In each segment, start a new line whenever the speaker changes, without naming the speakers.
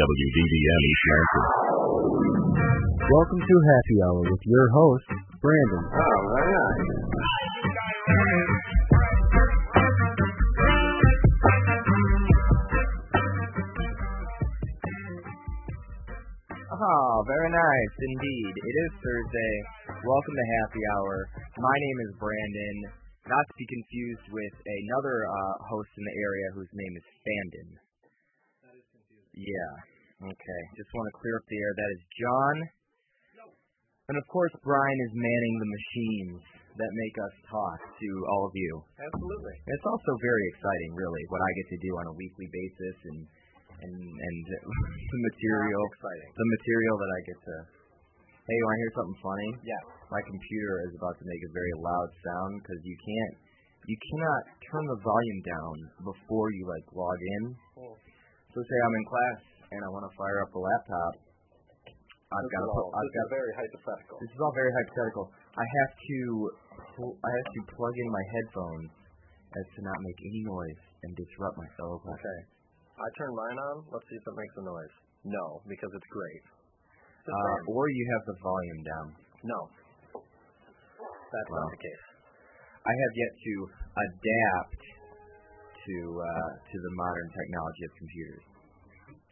WDBM East Lansing.
Welcome to Happy Hour with your host, Brandon.
Oh, very nice.
Oh, very nice indeed. It is Thursday. Welcome to Happy Hour. My name is Brandon, not to be confused with another uh, host in the area whose name is Fandon.
That is confusing.
Yeah. Okay. Just want to clear up the air. That is John. And of course, Brian is manning the machines that make us talk to all of you.
Absolutely.
It's also very exciting, really, what I get to do on a weekly basis and and and the material,
Exciting.
the material that I get to. Hey, you want to hear something funny?
Yeah.
My computer is about to make a very loud sound because you can't, you cannot turn the volume down before you like log in.
Oh.
So say I'm in class and I want to fire up the laptop. I've
This
got to
is
put.
all-
I've
this
got.
is very hypothetical.
This is all very hypothetical. I have to. Pl- I have to plug in my headphones as to not make any noise and disrupt my fellow classmates.
Okay. I turn mine on. Let's see if it makes a noise. No, because it's great.
Uh,
It's fine.
or you have the volume down.
no. That's
Wow.
not the case.
I have yet to adapt to uh, to the modern technology of computers.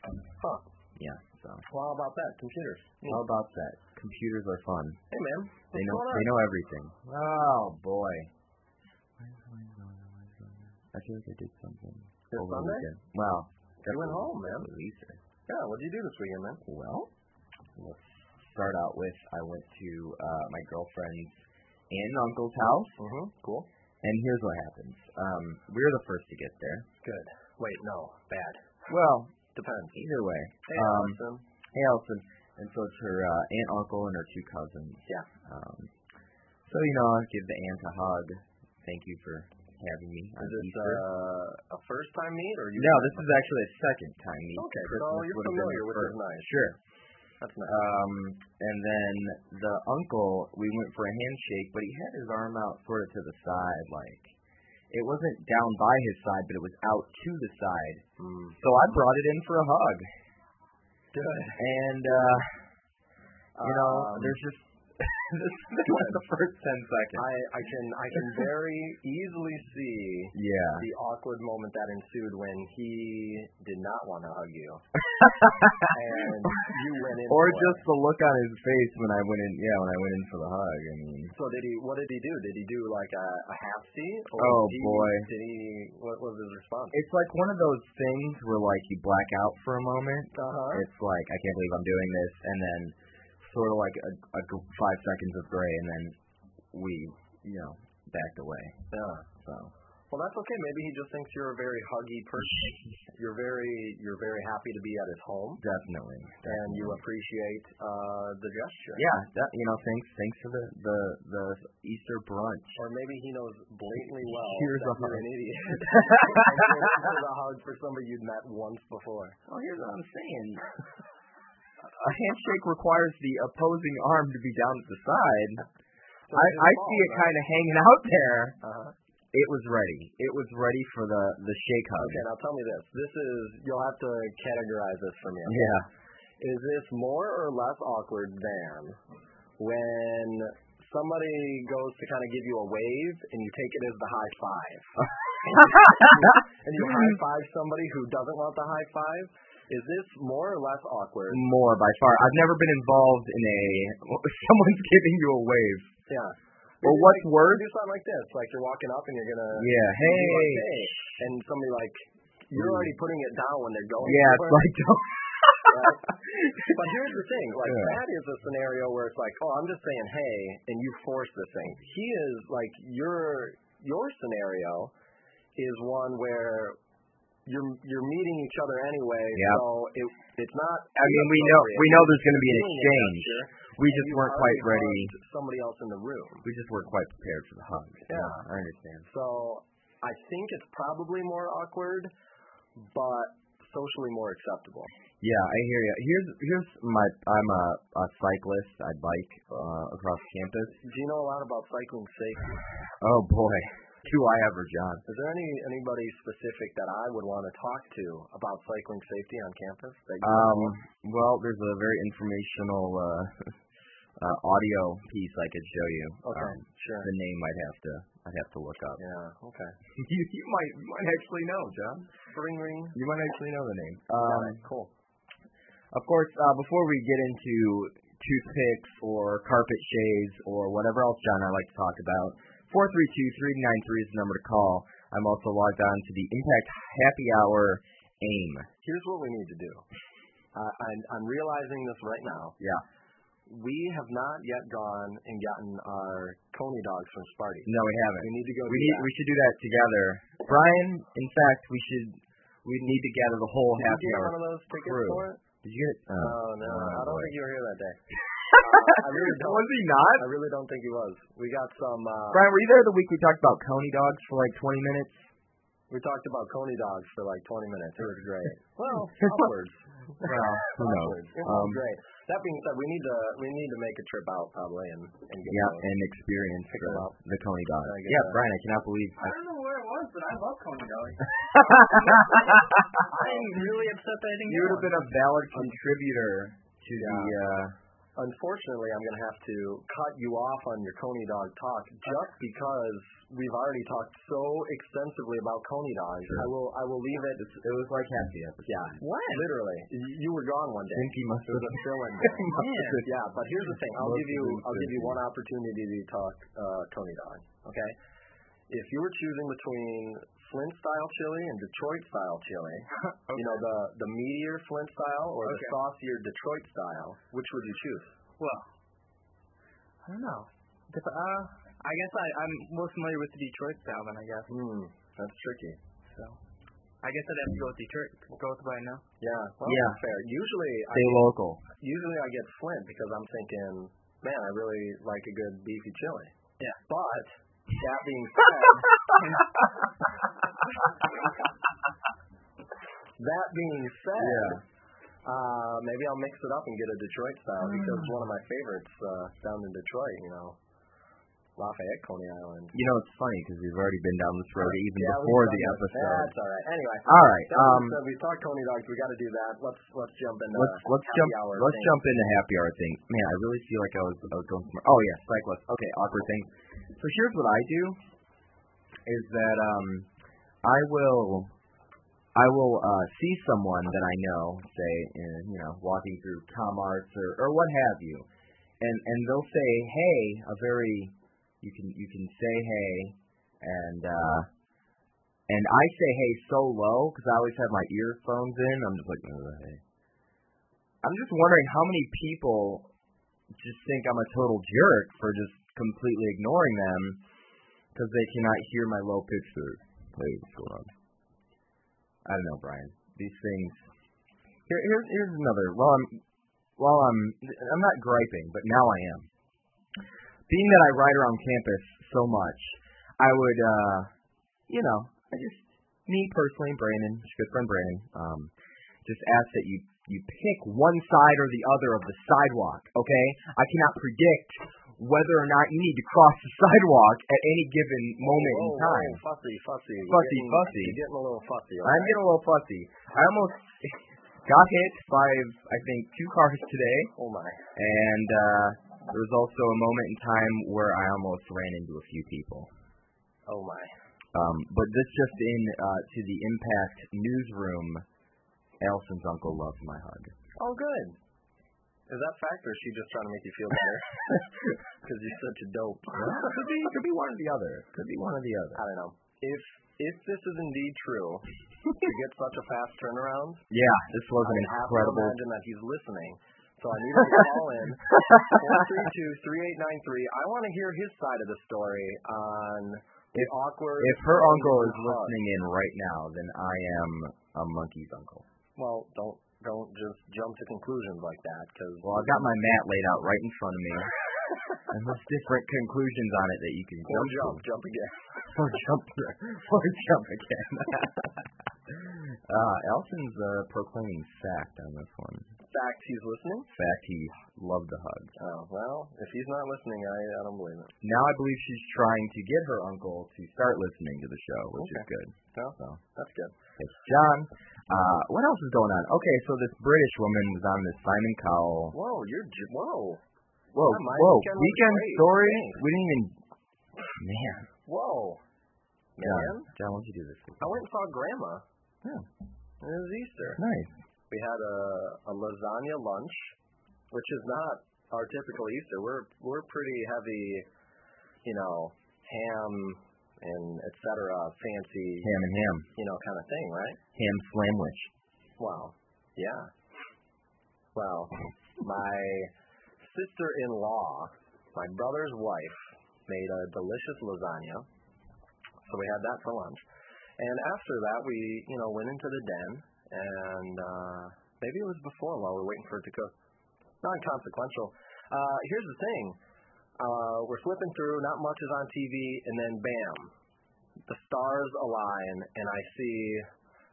Huh. Hmm.
Yeah. So
Well, how about that? Computers.
how about that? Computers are fun.
Hey, man.
Oh. They
what's
know
going
they
on?
know everything. Oh boy. I feel like I did something.
This
over the
Sunday?
weekend. Wow.
You went home, man.
Lisa.
Yeah, what did you do this weekend, man?
Well, let's start out with I went to uh, my girlfriend's and uncle's house,
Mm-hmm. Cool.
and here's what happens. Um, we were the first to get there.
Good. Wait, no. Bad.
Well,
Depends.
either way.
Hey,
um,
Allison.
Hey, Allison. And so it's her uh, aunt, uncle, and her two cousins.
Yeah.
Um, so, you know, I give the aunt a hug. Thank you for having me. on
Is this
Easter.
uh, a first time meet or you?
no, this is actually a second time meet.
Okay, so
Christmas
you're
would have been
familiar
the
with
first.
his knife.
Sure.
That's nice.
Um, and then the uncle, we went for a handshake, but he had his arm out sort of to the side, like it wasn't down by his side, but it was out to the side.
Mm.
So I brought it in for a hug,
Good.
and uh, you know,
Um,
there's just this is like the first ten seconds.
I, I can I can very easily see
Yeah,
the awkward moment that ensued when he did not want to hug you, and you went in.
or
for it.
just the look on his face when I went in. Yeah, when I went in for the hug. I mean,
So did he? What did he do? Did he do like a, a half seat? Or
Oh,
did he,
boy.
Did he? What was his response?
it's like one of those things where like you black out for a moment.
Uh huh.
It's like I can't believe I'm doing this, and then sort of like a, a gr- five seconds of gray, and then we, you know, backed away.
Yeah.
So
Well, that's okay. Maybe he just thinks you're a very huggy person. You're very you're very happy to be at his home,
definitely,
and you
definitely.
appreciate uh, the gesture.
yeah, that, you know, thanks, thanks for the the the Easter brunch.
Or maybe he knows blatantly well
Here's a
that
hug.
you're an idiot. And so this is a hug for somebody you'd met once before.
Well, here's what I'm saying. A handshake requires the opposing arm to be down at the side. I,
So it's his
I
fault,
see it
right?
kind of hanging out there.
Uh-huh.
It was ready. It was ready for the the shake hug.
Okay, now tell me this. This is you'll have to categorize this for me. okay?
Yeah.
Is this more or less awkward than when somebody goes to kind of give you a wave and you take it as the high five?
Uh-huh.
and you high five somebody who doesn't want the high five? Is this more or less awkward?
More by far. I've never been involved in a someone's giving you a wave.
Yeah.
Well,
Maybe
what's
like,
worse?
Do something like this. Like you're walking up and you're gonna
Yeah.
you'll
Hey.
be like, hey. and somebody like you're
Ooh.
already putting it down when they're going.
Yeah. It's
somewhere,
like don't.
right? but here's the thing. Like
Yeah.
that is a scenario where it's like, oh, I'm just saying hey, and you force this thing. He is like your your scenario is one where. You're you're meeting each other anyway,
Yeah.
so it it's not.
I mean, we know we know there's going to be an
Doing a
exchange.
gesture,
We just
and you've
weren't
already
quite ready.
hugged Somebody else in the room.
We just weren't quite prepared for the hug.
Yeah.
I understand.
So I think it's probably more awkward, but socially more acceptable.
Yeah, I hear you. Here's here's my I'm a a cyclist. I bike uh, across campus.
Do you know a lot about cycling safety?
Oh boy. do I ever, John.
Is there any anybody specific that I would want to talk to about cycling safety on campus? That you
Um, well, there's a very informational uh, uh, audio piece I could show you.
okay,
Um,
sure.
the name I'd have to I'd have to look up.
Yeah, okay.
you, you might you might actually know, John.
Ring ring.
You might actually know the name.
Got
Um,
it, cool.
of course, uh, before we get into toothpicks or carpet shaves or whatever else, John, I like to talk about, 432-393 is the number to call. I'm also logged on to the Impact Happy Hour AIM.
Here's what we need to do. Uh, I'm, I'm realizing this right now.
Yeah.
We have not yet gone and gotten our Coney dogs from Sparty.
No, we haven't.
We need to go.
We
do
need,
that.
we should do that together. Brian, in fact, we should we need to gather the whole
Did you
happy
get
hour.
one of those tickets
crew.
for it?
Did you get?
Oh,
Uh,
no,
oh,
I don't
boy.
think you were here that day. Uh, I really don't.
Was he not?
I really don't think he was. We got some. Uh,
Brian, were you there the week we talked about Coney dogs for like 20 minutes?
we talked about Coney dogs for like 20 minutes. It was great. well, upwards.
Well, who knows?
Upwards. It was
Um,
great. That being said, we need to we need to make a trip out probably and and get
Yeah,
those.
and experience
Pick
the,
'em up.
the Coney dogs.
I get
Yeah,
that.
Brian, I cannot believe.
I don't know where it was, but I love Coney dogs. I'm really upset that I didn't
you would have been a valid contributor to the. Uh,
Unfortunately, I'm going to have to cut you off on your Coney dog talk just because we've already talked so extensively about Coney dogs.
Sure.
I will I will leave it.
it was like half the episode.
Yeah. When? Literally. Y- You were gone
I
one day.
think he must
It was a fill-in day. Yeah, but here's the thing. I'll
Most
give you
of them
I'll give you
fifty.
one opportunity to talk uh, Tony Dog. Okay. If you were choosing between Flint style chili and Detroit style chili, you know the the meatier Flint style or the
Okay.
saucier Detroit style, which would you choose?
Well, I don't know. Dep- uh, I guess I, I'm more familiar with the Detroit style than I guess.
Hmm, that's tricky.
So, I guess I'd have to go with Detroit. Go with what I know.
Yeah, well,
Yeah.
that's fair. Usually, I,
Stay local.
usually I get Flint because I'm thinking, man, I really like a good beefy chili.
Yeah.
But that being said, that being said, uh, maybe I'll mix it up and get a Detroit style
Mm.
because one of my favorites uh, down in Detroit, you know, Lafayette, Coney Island.
You know, it's funny because we've already been down this road even
Yeah, we've
before
done
the
this.
episode.
That's all right. Anyway.
All right.
that
Um,
being said, we've talked Coney dogs. We got to do that. Let's let's jump into
let's let's
happy
jump
hour
let's
thing.
jump into happy hour things. Man, I really feel like I was I was going smart. Oh yeah, cyclist. Okay, awkward thing. So here's what I do is that um I will I will uh see someone that I know, say in, you know, walking through com arts or, or what have you. And and they'll say, Hey, a very you can you can say hey and uh and I say hey so low because I always have my earphones in. I'm just like, "Uh, hey. I'm just wondering how many people just think I'm a total jerk for just completely ignoring them because they cannot hear my low picture. Wait, what's going on? I don't know, Brian. These things. Here, here's here's another. While I'm while I'm I'm not griping, but now I am. Being that I ride around campus so much, I would uh, you know, I just me personally, and Brandon, good friend Brandon, um, just ask that you you pick one side or the other of the sidewalk, okay? I cannot predict whether or not you need to cross the sidewalk at any given moment in
Whoa, whoa,
time.
Oh, Fussy, fussy. You're
Fussy,
getting,
fussy.
You're getting a little fussy.
I'm
all right?
getting a little fussy. I almost got hit by, I think, two cars today,
Oh my.
and uh, there was also a moment in time where I almost ran into a few people.
Oh my.
Um, but this just in uh, to the Impact newsroom. Allison's uncle loves my hug.
Oh, good. Is that fact, or is she just trying to make you feel better? Because you're such a dope.
could be, could be one or the other. Could be one or the other.
I don't know. If if this is indeed true, to get such a fast turnaround,
Yeah, this was an
I would have to
incredible.
imagine that he's listening. So I need him to call in four three two three eight nine three. I want to hear his side of the story on the awkward.
If her uncle is
hug.
listening in right now, then I am a monkey's uncle.
Well, don't don't just jump to conclusions like that because
Well, I've got my mat laid out right in front of me. and there's different conclusions on it that you can
or
jump
jump
to.
jump again.
Or jump. Or jump again. uh, Elson's uh, proclaiming fact on this one.
fact he's listening?
Fact, he loved the hug.
Oh, well, if he's not listening, I, I don't believe it.
Now I believe she's trying to get her uncle to start listening to the show, which is good.
Well,
So.
that's good.
Yes, John. Uh, what else is going on? Okay, so this British woman was on this Simon Cowell.
Whoa, you're j- whoa,
Whoa,
Yeah, my
whoa,
weekend was
weekend
great,
story.
thanks.
We didn't even. Man,
whoa, man!
John, John, what'd you do this week?
I went and saw Grandma.
Yeah.
And it was Easter.
Nice.
We had a, a lasagna lunch, which is not our typical Easter. We're we're pretty heavy, you know, ham and et cetera, fancy,
Ham and ham,
you know, kind of thing, right?
ham sandwich.
Wow. Yeah. Well, my sister-in-law, my brother's wife, made a delicious lasagna. So we had that for lunch. And after that, we, you know, went into the den, and uh, maybe it was before while we were waiting for it to cook. Non-consequential. Uh, here's the thing. Uh, we're flipping through, not much is on TV, and then bam, the stars align, and I see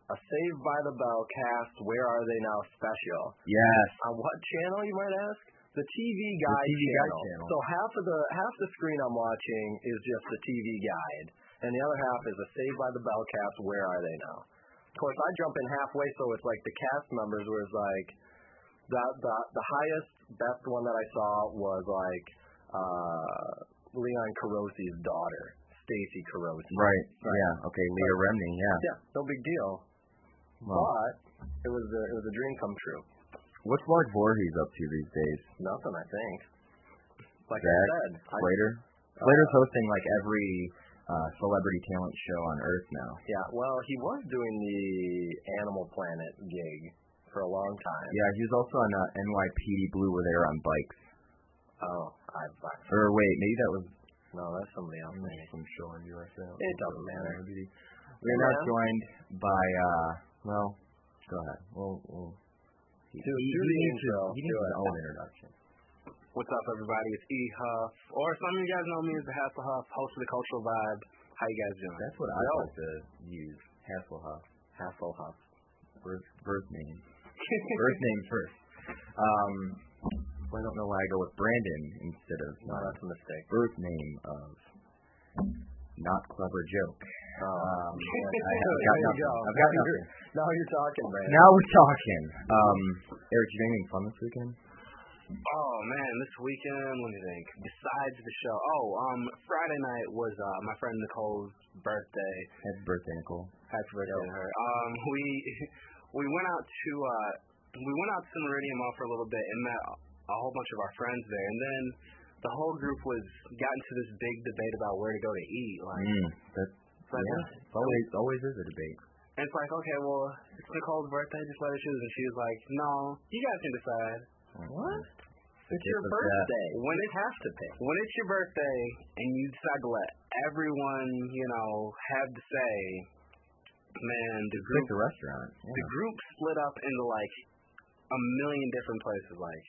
a Saved by the Bell cast, Where Are They Now special.
Yes.
On what channel, you might ask? The TV
The
Guide
TV Guide
channel.
channel.
So half of the half the screen I'm watching is just the TV Guide, and the other half is the Saved by the Bell cast. Where are they now? Of course, I jump in halfway, so it's like the cast members where it's like the the the highest best one that I saw was like uh, Leon Carosi's daughter, Stacy Carosi.
Right. Yeah. Okay. Leah Remney. Yeah.
Yeah, no big deal.
Well,
But it was a, it was a dream come true.
what's Mark Voorhees up to these days?
Nothing, I think. Like
Zach,
I said, I,
Slater.
uh,
Slater's hosting like every uh, celebrity talent show on Earth now.
yeah. Well, he was doing the Animal Planet gig for a long time.
Yeah, he was also on uh, NYPD Blue where they were on bikes.
Oh, I, I
Or wait, maybe that was
no, that's somebody else. Maybe.
from show on USA.
It doesn't matter.
We are now
Yeah.
joined by uh well, go ahead. We'll, we'll he,
Do- do the
needs his-
intro.
he needs
Do
his
it.
own introduction.
What's up, everybody? It's E Huff, or some of you guys know me as the Huff, host of the Cultural Vibe. How you guys doing?
That's what I
No.
like to use. Hasselhoff.
Hasselhoff.
Birth, birth name. birth name first. Um I don't know why I go with Brandon instead of uh,
No, that's a mistake.
birth name of not clever joke. Um, I have got
There Oh.
nothing.
you go.
I've got nothing.
Now you're talking, man.
Now we're talking. Um, Eric, you do anything fun this weekend?
Oh man, this weekend, let me think. Besides the show, oh, um, Friday night was uh, my friend Nicole's birthday.
Happy birthday, Nicole.
Happy birthday to her. Um, we we went out to uh, we went out to Meridian Mall for a little bit and met a whole bunch of our friends there, and then the whole group was got into this big debate about where to go to eat. Like,
Mm, that's
like
yeah. It's always always is a debate.
And it's like, okay, well, it's Nicole's birthday, just let her choose. And she was like, no, you guys can decide.
What?
It's your
It's a-
birthday.
When
You
it-
have to pick.
When it's your birthday and you decide to let everyone, you know, have to say, man,
uh,
the
It's
group,
like the restaurant.
the
Yeah.
group split up into like a million different places. Like,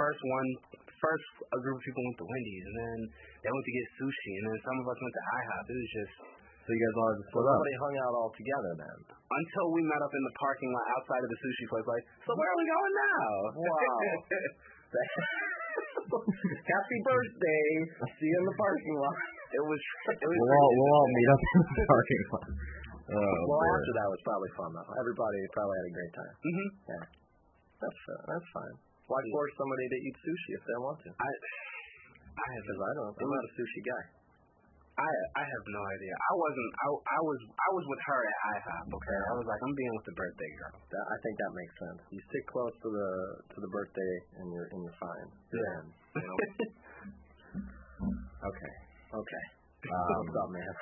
first one, first a group of people went to Wendy's, and then they went to get sushi, and then some of us went to IHOP. It was just
So you guys all have to
So
split up.
nobody hung out all together then.
until we met up in the parking lot outside of the sushi place. Like, so where are we going now?
Wow. Happy birthday. See you in the parking lot.
it was. It was
We'll all we'll all meet up in the parking lot. Oh,
well,
uh,
boy.
after that was probably fun though. Everybody probably had a great time.
hmm
That's uh, that's fine. Why force somebody to eat sushi if they want to?
I, I have,
Because I don't. I'm not a sushi guy.
I, I have no idea. I wasn't. I, I was, I was with her at IHOP. Okay, I was like, I'm being with the birthday girl.
That, I think that makes sense. You stick close to the to the birthday, and you're and you're fine.
Yeah.
You know?
Okay.
okay.
Um,
What's up, man?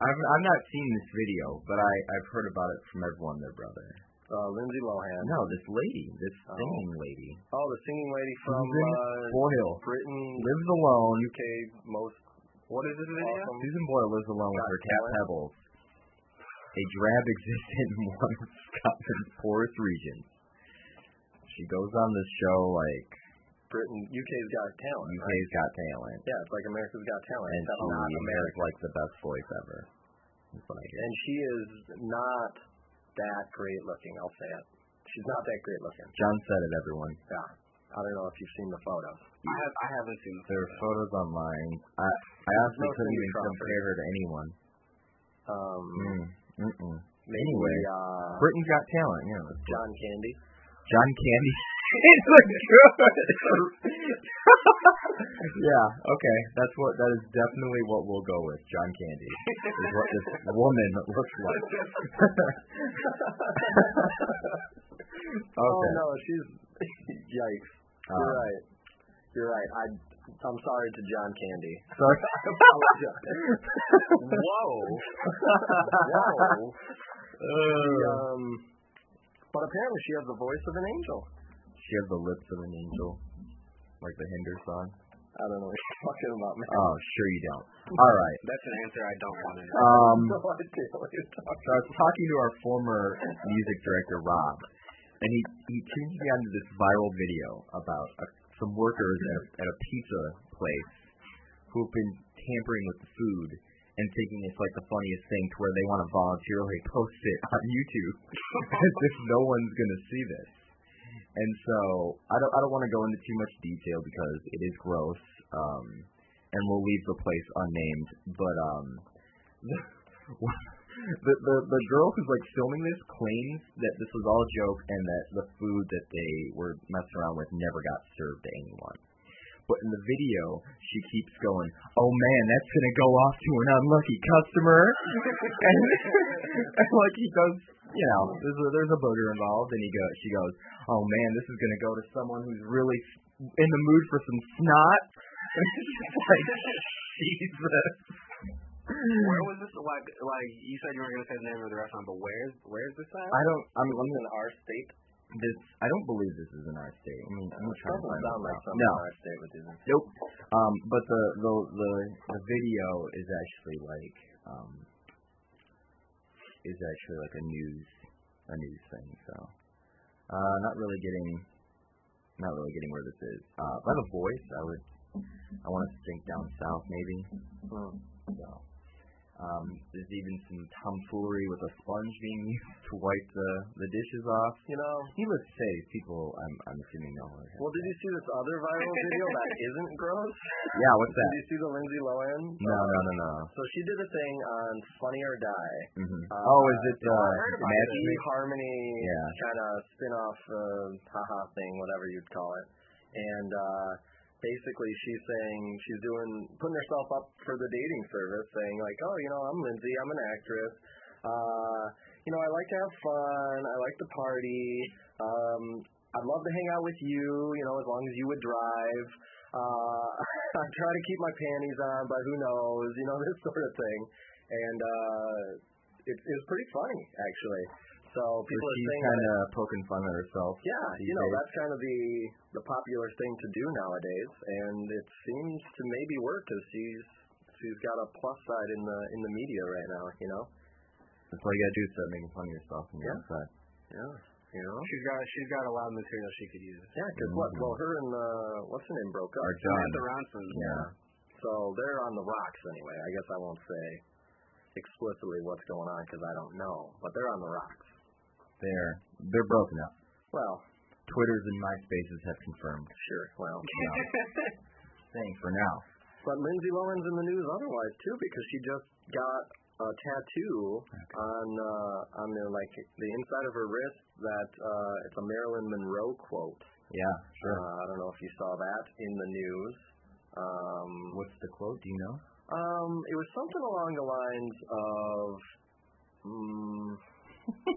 I've I've not seen this video, but I I've heard about it from everyone. Their brother.
Uh, Lindsay Lohan.
No, this lady, this
Oh.
singing lady,
Oh, the singing lady from
Susan
uh,
Boyle,
Britain,
lives alone.
UK, most. What is this video?
Awesome.
Susan Boyle lives alone with
Got
her cat
talent.
Pebbles, a drab existent in one of Scotland's poorest regions. She goes on this show like
Britain, UK's Got Talent. right?
UK's Got Talent,
Yeah, it's like America's Got Talent.
Mm-hmm. and
except
she
not
has
American.
like the best voice ever. It's like,
and she is not that great looking. I'll say it. She's not that great looking.
John said it, everyone.
Yeah. I don't know if you've seen the photo.
I have I haven't seen the
There are photos online. I, I honestly
no
couldn't
Cindy
even
Crawford.
compare her to anyone.
Um,
Mm. Mm-mm.
maybe,
Anyway,
uh,
Britain's Got Talent, yeah. let's do it.
John Candy.
John Candy. it looks good. yeah. Okay. That's what. That is definitely what we'll go with. John Candy is what this woman looks like.
Oh
okay.
no, she's yikes.
Uh,
You're right. You're right. I I'm sorry to John Candy.
sorry.
Whoa.
Whoa.
Uh,
um, but apparently she has the voice of an angel.
she has the lips of an angel, like the Hinder song.
I don't know what you're talking about, man.
Oh, sure you don't. All right.
That's an answer I don't want to know.
Um.
no idea what you're talking
So I was talking to our former music director Rob, and he he tuned me onto this viral video about a, some workers at a, at a pizza place who've been tampering with the food and thinking it's like the funniest thing to where they want to voluntarily post it on YouTube as if no one's gonna see this. And so I don't I don't want to go into too much detail because it is gross, um, and we'll leave the place unnamed. But um, the the the girl who's like filming this claims that this was all a joke and that the food that they were messing around with never got served to anyone. But in the video, she keeps going, "Oh man, that's gonna go off to an unlucky customer," and, and like he goes, you know, there's a, there's a burger involved, and he goes, she goes, "Oh man, this is gonna go to someone who's really in the mood for some snot." And it's just like, Jesus.
Where was this? Like, like you said you weren't gonna say the name of the restaurant, but where's where's this at?
I don't. I'm, I'm
about. In our state,
this I don't believe this is in our state. I mean, I'm trying to
doesn't
find
sound
out.
like something
No,
in our state would do that.
nope. Um, but the the the the video is actually like um is actually like a news a news thing. So uh, not really getting not really getting where this is. Uh, by the voice, I would I want to think down south maybe.
Hmm.
So. Um, there's even some tomfoolery with a sponge being used to wipe the, the dishes off.
You know.
He would say people. I'm I'm assuming know her.
Well, did you see this other viral video that isn't gross?
Yeah, what's
Did
that?
you see the Lindsay Lohan?
No, no, no, no.
So she did a thing on Funny or Die.
hmm
Uh,
oh, is it
I
uh,
heard about
Magic?
the harmony
Yeah.
kind of spin-off uh, haha thing, whatever you'd call it. And uh, basically, she's saying she's doing putting herself up for the dating service, saying like, oh, you know, I'm Lindsay, I'm an actress. Uh, you know, I like to have fun. I like to party. Um, I'd love to hang out with you. You know, as long as you would drive. Uh, I try to keep my panties on, but who knows? You know, this sort of thing. And uh, it, it was pretty funny, actually. So people are
she's
saying
kind
that,
of poking fun at herself.
yeah,
these
you know,
days.
that's kind of the the popular thing to do nowadays, and it seems to maybe work because she's she's got a plus side in the in the media right now, you know.
That's all you gotta do is start making fun of yourself and
Yeah.
yeah. outside.
Yeah. You know.
She's got she's got a lot of material she could use.
Yeah, because what?
Mhm.
Well, her and uh, what's her name broke up.
Are done.
Samantha Ronson.
Yeah.
So they're on the rocks anyway. I guess I won't say explicitly what's going on because I don't know, but they're on the rocks.
They're they're broken up.
Well,
Twitters and MySpaces have confirmed.
sure. Well.
You know, thing for now.
But Lindsay Lohan's in the news otherwise too because she just got a tattoo on uh, on the like the inside of her wrist that uh, it's a Marilyn Monroe quote.
Yeah, sure.
Uh, I don't know if you saw that in the news. Um,
Uh, What's the quote? Do you know?
um, it was something along the lines of, mm,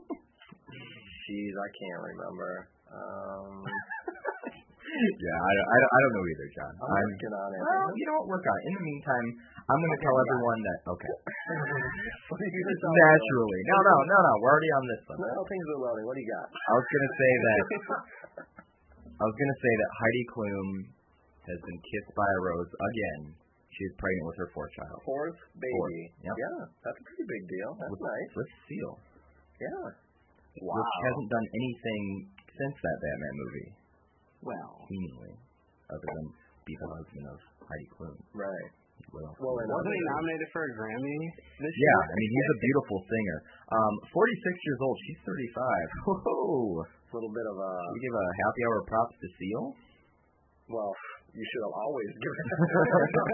geez, I can't remember. Um,
yeah, I don't, I don't I don't know either, John.
I'm
I'm
working on it.
well, you know what? Work on. it. In the meantime, I'm gonna tell everyone that. Okay.
What are you gonna tell me?
Naturally. No, no, no, no. We're already on this one.
No, things are loading. What do you got?
I was gonna say that I was gonna say that Heidi Klum has been kissed by a rose again. She is pregnant with her fourth child.
Fourth baby.
Yep.
Yeah, that's a pretty big deal. That's
with,
nice.
With Seal,
Yeah.
which hasn't done anything since that Batman movie,
Well.
seemingly, other than be the husband of Heidi Klum.
Right.
What else?
Well, and
Wasn't he
other-
nominated for a Grammy this
yeah, I mean he's a beautiful singer. Um, 46 years old. She's 35. Whoa.
little bit of a
Should we give a happy hour props to Seal?
well. You should have always given.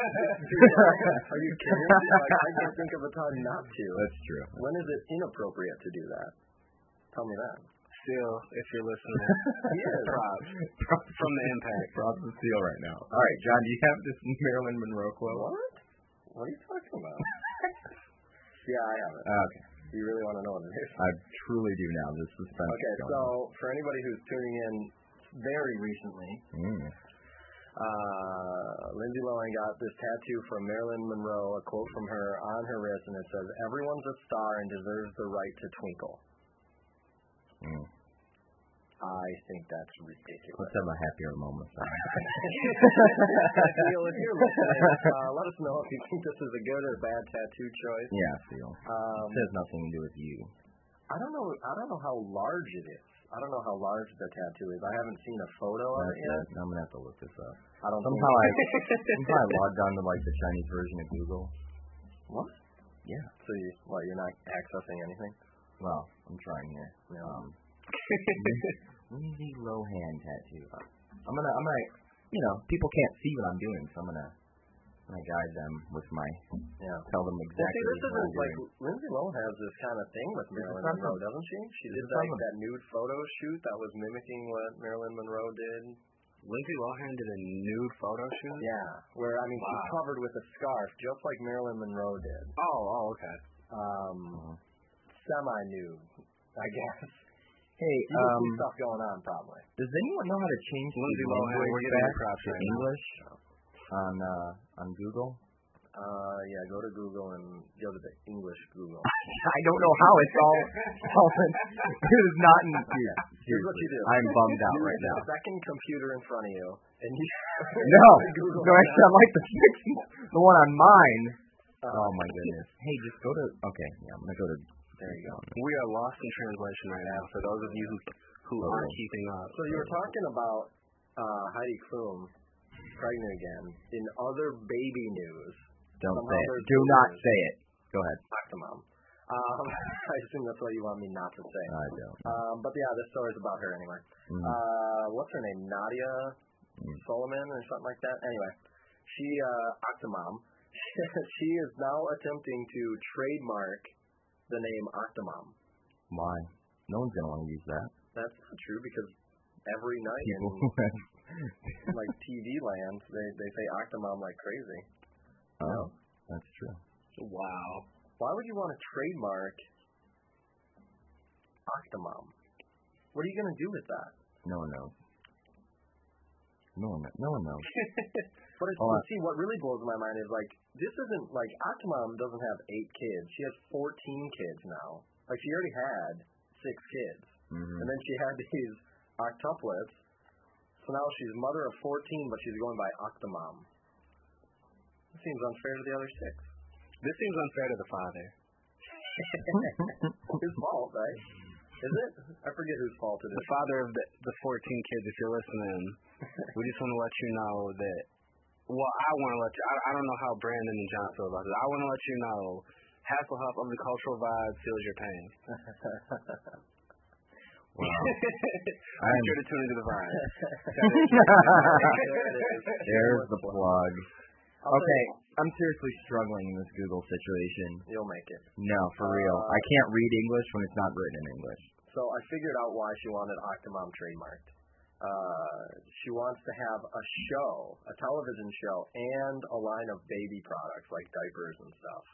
Are you kidding? me? Like, I can't think of a time not to.
That's true.
When is it inappropriate to do that? Tell me that.
Still, if you're listening, props
props
from the impact.
props to Seal right now. All right, John, do you have this Marilyn Monroe quote?
What? What are you talking about? yeah, I have it.
Uh, okay.
You really want to know what it is?
I truly do now. This is fun.
Okay, so for anybody who's tuning in very recently,
Mm.
uh, Lindsay Lohan got this tattoo from Marilyn Monroe, a quote from her on her wrist, and it says, "Everyone's a star and deserves the right to twinkle."
Mm.
I think that's ridiculous.
Let's have a happier moment. Sorry.
Neil, if you're listening, uh, let us know if you think this is a good or bad tattoo choice.
yeah, Seal.
Um,
It has nothing to do with you.
I don't know. I don't know how large it is. I don't know how large the tattoo is. I haven't seen a photo of it
That's
yet.
it. I'm gonna have to look this up.
I don't. think-
Somehow I somehow I logged on to like the Chinese version of Google.
What?
Yeah.
So you, what? You're not accessing anything?
Well, I'm trying here.
Yeah.
Um, Lindsay Lohan tattoo. I'm gonna, I'm gonna, you know, people can't see what I'm doing, so I'm gonna, I'm gonna guide them with my,
Yeah.
tell them
Well, see,
exactly
this
what I'm
isn't like
doing.
Lindsay Lohan has this kind of thing with Marilyn
something-
Monroe, doesn't she? She
is
did
it
like
something-
that nude photo shoot that was mimicking what Marilyn Monroe did.
Lindsay Lohan did a nude photo shoot.
Yeah, where I mean she's
Wow.
covered with a scarf, just like Marilyn Monroe did.
Oh, oh, okay.
Um,
Mhm.
semi-nude, I guess.
Hey,
You can
um,
see stuff going on probably.
does anyone know how to change the
Lindsay Lohan,
language
we're giving you
back
props
to
right now.
English on uh, on Google?
Uh, yeah, go to Google and go to the English Google.
I don't know how. It's all, it's all in, it is not in. Yeah,
Here's what you do.
I'm bummed out
Use
right
the
now.
Second computer in front of you, and you.
No,
Google
no,
it.
actually, I like the six, the one on mine.
Uh,
Oh my goodness. Hey, just go to. Okay, yeah, I'm gonna go to.
There you go.
We are lost in translation right now. For those of you who who
Oh.
aren't keeping up,
So you were talking about uh, Heidi Klum pregnant again. In other baby news,
Don't
Somehow
say it.
there's
Do
no
not
news.
say it. Go ahead.
fuck the mom. Um, I assume that's what you want me not to say.
I don't.
Um, but yeah, this story's about her anyway.
Mm.
Uh, what's her name? Nadia
Mm.
Solomon or something like that. Anyway, she uh, Octomom. she is now attempting to trademark the name Octomom.
Why? No one's gonna want to use that.
That's not true because every night
People.
in like TV land, they they say Octomom like crazy.
oh, that's true.
wow.
Why would you want to trademark Octomom? What are you gonna do with that?
No one knows. No one. kno- No one knows.
But it's,
Hold
but see, what really blows my mind is like this isn't like Octomom doesn't have eight kids. She has fourteen kids now. Like she already had six kids,
Mm-hmm.
and then she had these octuplets. So now she's mother of fourteen, but she's going by Octomom. It seems unfair to the other six.
This seems unfair to the father.
His fault, right? Is it? I forget whose fault it
The
is.
father of the, the 14 kids, if you're listening, we just want to let you know that. Well, I want to let you. I, I don't know how Brandon and John feel about this. I want to let you know, Hasselhoff of the Cultural Vibe feels your pain.
Wow.
Be
I'm,
sure to tune into the vibe.
there's the plug.
I'll tell
Okay, I'm seriously struggling in this Google situation.
you, You'll make it.
No, for real. I
Uh,
can't read English when it's not written in English.
So I figured out why she wanted Octomom trademarked. Uh, she wants to have a show, a television show, and a line of baby products like diapers and stuff.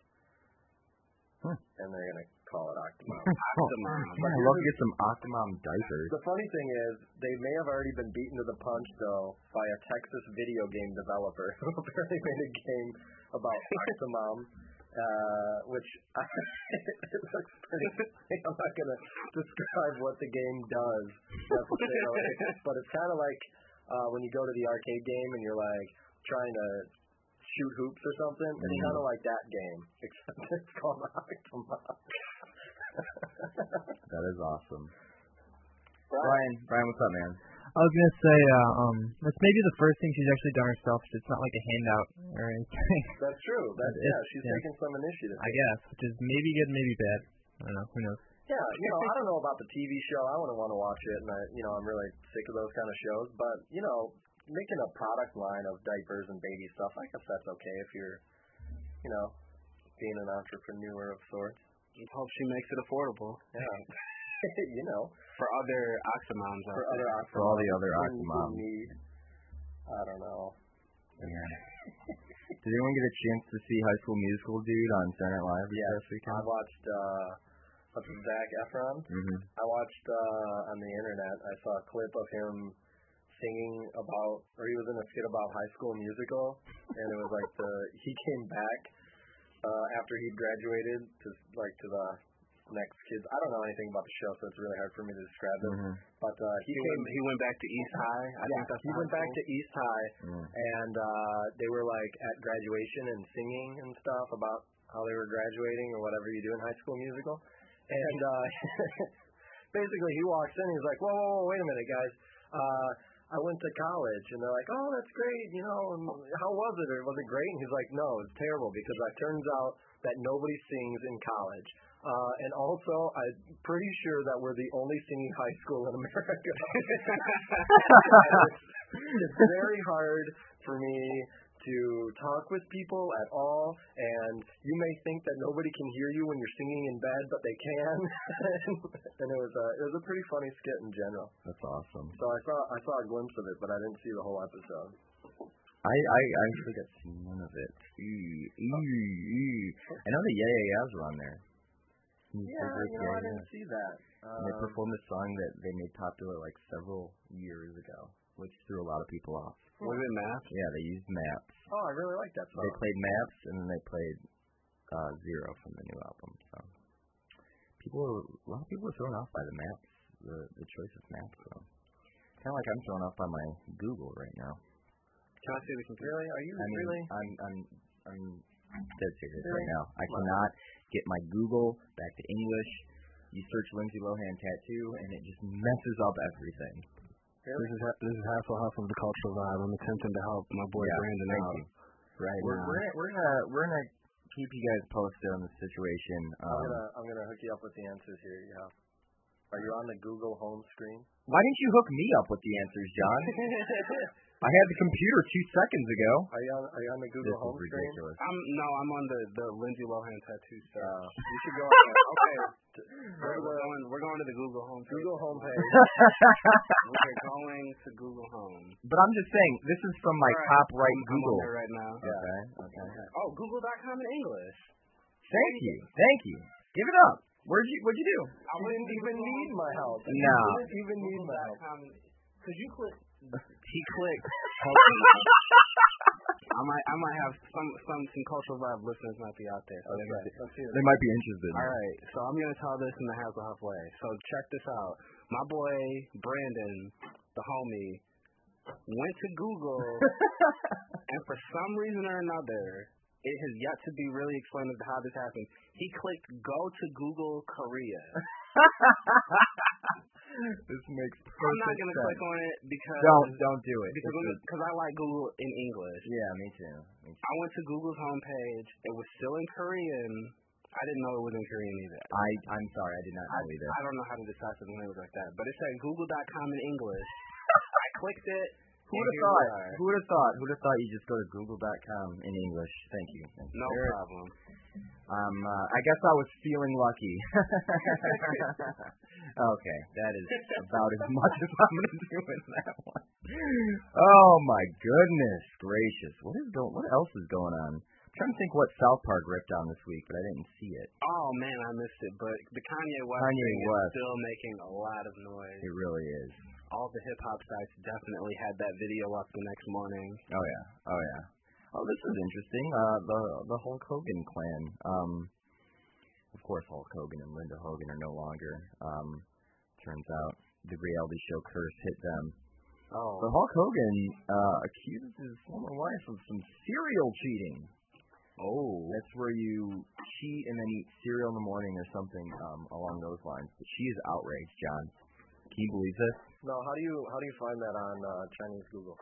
Huh.
And they're gonna call it Octomom.
Octomom.
Oh, Man, I'd love to get some Octomom diapers.
the funny thing is, they may have already been beaten to the punch though by a Texas video game developer who apparently made a game about Octomom. Uh, which I, it looks pretty. I'm not gonna describe what the game does necessarily, but it's kind of like uh, when you go to the arcade game and you're like trying to shoot hoops or something. It's
Mhm.
kind of like that game, except it's called Octomom.
That is awesome. Brian, Brian, what's up, man?
I was gonna say, uh, um, that's maybe the first thing she's actually done herself. 'cause It's not like a handout or anything,
That's true. That's
It-
yeah. She's
yeah.
taking some initiative.
I guess, which is maybe good, maybe bad. I don't know. Who knows?
Yeah, you know, I don't know about the TV show. I wouldn't want to watch it, and I, you know, I'm really sick of those kind of shows. But you know, making a product line of diapers and baby stuff, I guess that's okay if you're, you know, being an entrepreneur of sorts.
Let's hope she makes it affordable
Yeah, you know,
for other Oxymons out
for
there.
other
For all the other Oxy
Oxymoms who
moms.
need, I don't know.
Yeah. Did anyone get a chance to see High School Musical, dude, on Saturday Night Live this
Yes,
past
I
weekend?
watched uh, what's his- Zac Efron.
Mm-hmm.
I watched uh, on the internet. I saw a clip of him singing about, or he was in a skit about High School Musical, and it was like the he came back uh, after he graduated to like to the next kids. I don't know anything about the show, so it's really hard for me to describe it.
Mm-hmm.
But uh, he,
He
came,
went, he went back to East High. I think that's
he
the
went
high
back
school.
to East High,
Mm.
and uh, they were like at graduation and singing and stuff about how they were graduating or whatever you do in High School Musical. And uh, basically, he walks in, he's like, "Whoa, whoa, whoa wait a minute, guys! Uh, I went to college." And they're like, "Oh, that's great. You know, and how was it? Or was it great?" And he's like, "No, it's terrible because it turns out that nobody sings in college." Uh, and also, I'm pretty sure that we're the only singing high school in America. it's, it's very hard for me to talk with people at all, and you may think that nobody can hear you when you're singing in bed, but they can. and it was a it was a pretty funny skit in general.
That's awesome.
So I saw I saw a glimpse of it, but I didn't see the whole episode.
I, I I actually got to see none of it. Eee, eee, eee. I know the Yeah Yeah Yeahs were on there.
Yeah,
There's
you know, I
Yeah
didn't see that.
Yeah. And they
Um,
performed a song that they made popular like several years ago, which threw a lot of people off.
Was it math?
Yeah, they used maps.
oh, I really like that song.
They played maps and then they played uh, zero from the new album. So people, were, a lot of people were thrown off by the maps, the the choice of maps. So kind of like I'm thrown off by my Google right now.
Can I see the computer?
Really? Are you
I mean,
really?
I'm I'm I'm dead serious
Really?
right now. I
Wow.
cannot get my Google back to English. You search Lindsay Lohan tattoo, and it just messes up everything.
This is ha- this is Hassle Huff of the Cultural Vibe. I'm attempting to help my boy
Yeah,
Brandon
thank
out.
you. Right
We're-
we're, we're we're gonna we're gonna keep you guys posted on the situation.
I'm
Um,
gonna I'm gonna hook you up with the answers here. Yeah. Are you on the Google home screen?
Why didn't you hook me up with the answers, John? I had the computer two seconds ago.
Are you on Are you on the Google
This is
home screen?
ridiculous.
I'm no, I'm on the the Lindsay Lohan tattoo stuff.
Uh,
you should go. on that. okay, we're, we're going we're going to the Google Home. page.
Google home page.
We're going to Google Home.
But I'm just saying, this is from my
All right.
top right
I'm, I'm on
Google.
there right now.
Okay, okay.
Oh, Google.com in English.
Thank you, thank you. Give it up. Where'd you What'd you do?
I
You didn't even need my help. You
No.
didn't even need my help.
Cause you click. He clicked. I might I might have some some some cultural vibe listeners might be out there. So they might
Okay, let's hear
They might be interested.
All right, so I'm gonna tell this in the Hazel Huff way. So check this out. My boy Brandon, the homie, went to Google, and for some reason or another, it has yet to be really explained as to how this happened. He clicked go to Google Korea.
This makes perfect
I'm not gonna
sense.
click on it because
Don't don't do it.
because
It's
I'm-
a-
because I like Google in English.
yeah, me too. Me too.
I went to Google's homepage. It was still in Korean. I didn't know it was in Korean either.
I I'm sorry, I did not know either.
I don't know how to decipher the language like that, but it said Google.com in English. I clicked it.
Who
and
would have
here we
thought?
are.
Who would have thought? Who would have thought you just go to Google.com in English? Thank you. Thank you.
No
There-
problem.
Um, uh, I guess I was feeling lucky. okay, that is about as much as I'm gonna do in that one. Oh my goodness gracious! What is going? What else is going on? I'm trying to think what South Park ripped on this week, but I didn't see it.
Oh man, I missed it. But the Kanye West
Kanye
thing
West.
is still making a lot of noise.
It really is.
All the hip hop sites definitely had that video up the next morning.
Oh yeah. Oh yeah. Oh, this is interesting. Uh, the the Hulk Hogan clan. Um, of course, Hulk Hogan and Linda Hogan are no longer. Um, turns out the reality show curse hit them.
Oh,
But Hulk Hogan uh, accuses his former wife of some serial cheating. Oh, that's where you cheat and then eat cereal in the morning or something um, along those lines. But she is outraged, John. Can you believe this?
No, how do you how do you find that on uh, Chinese Google?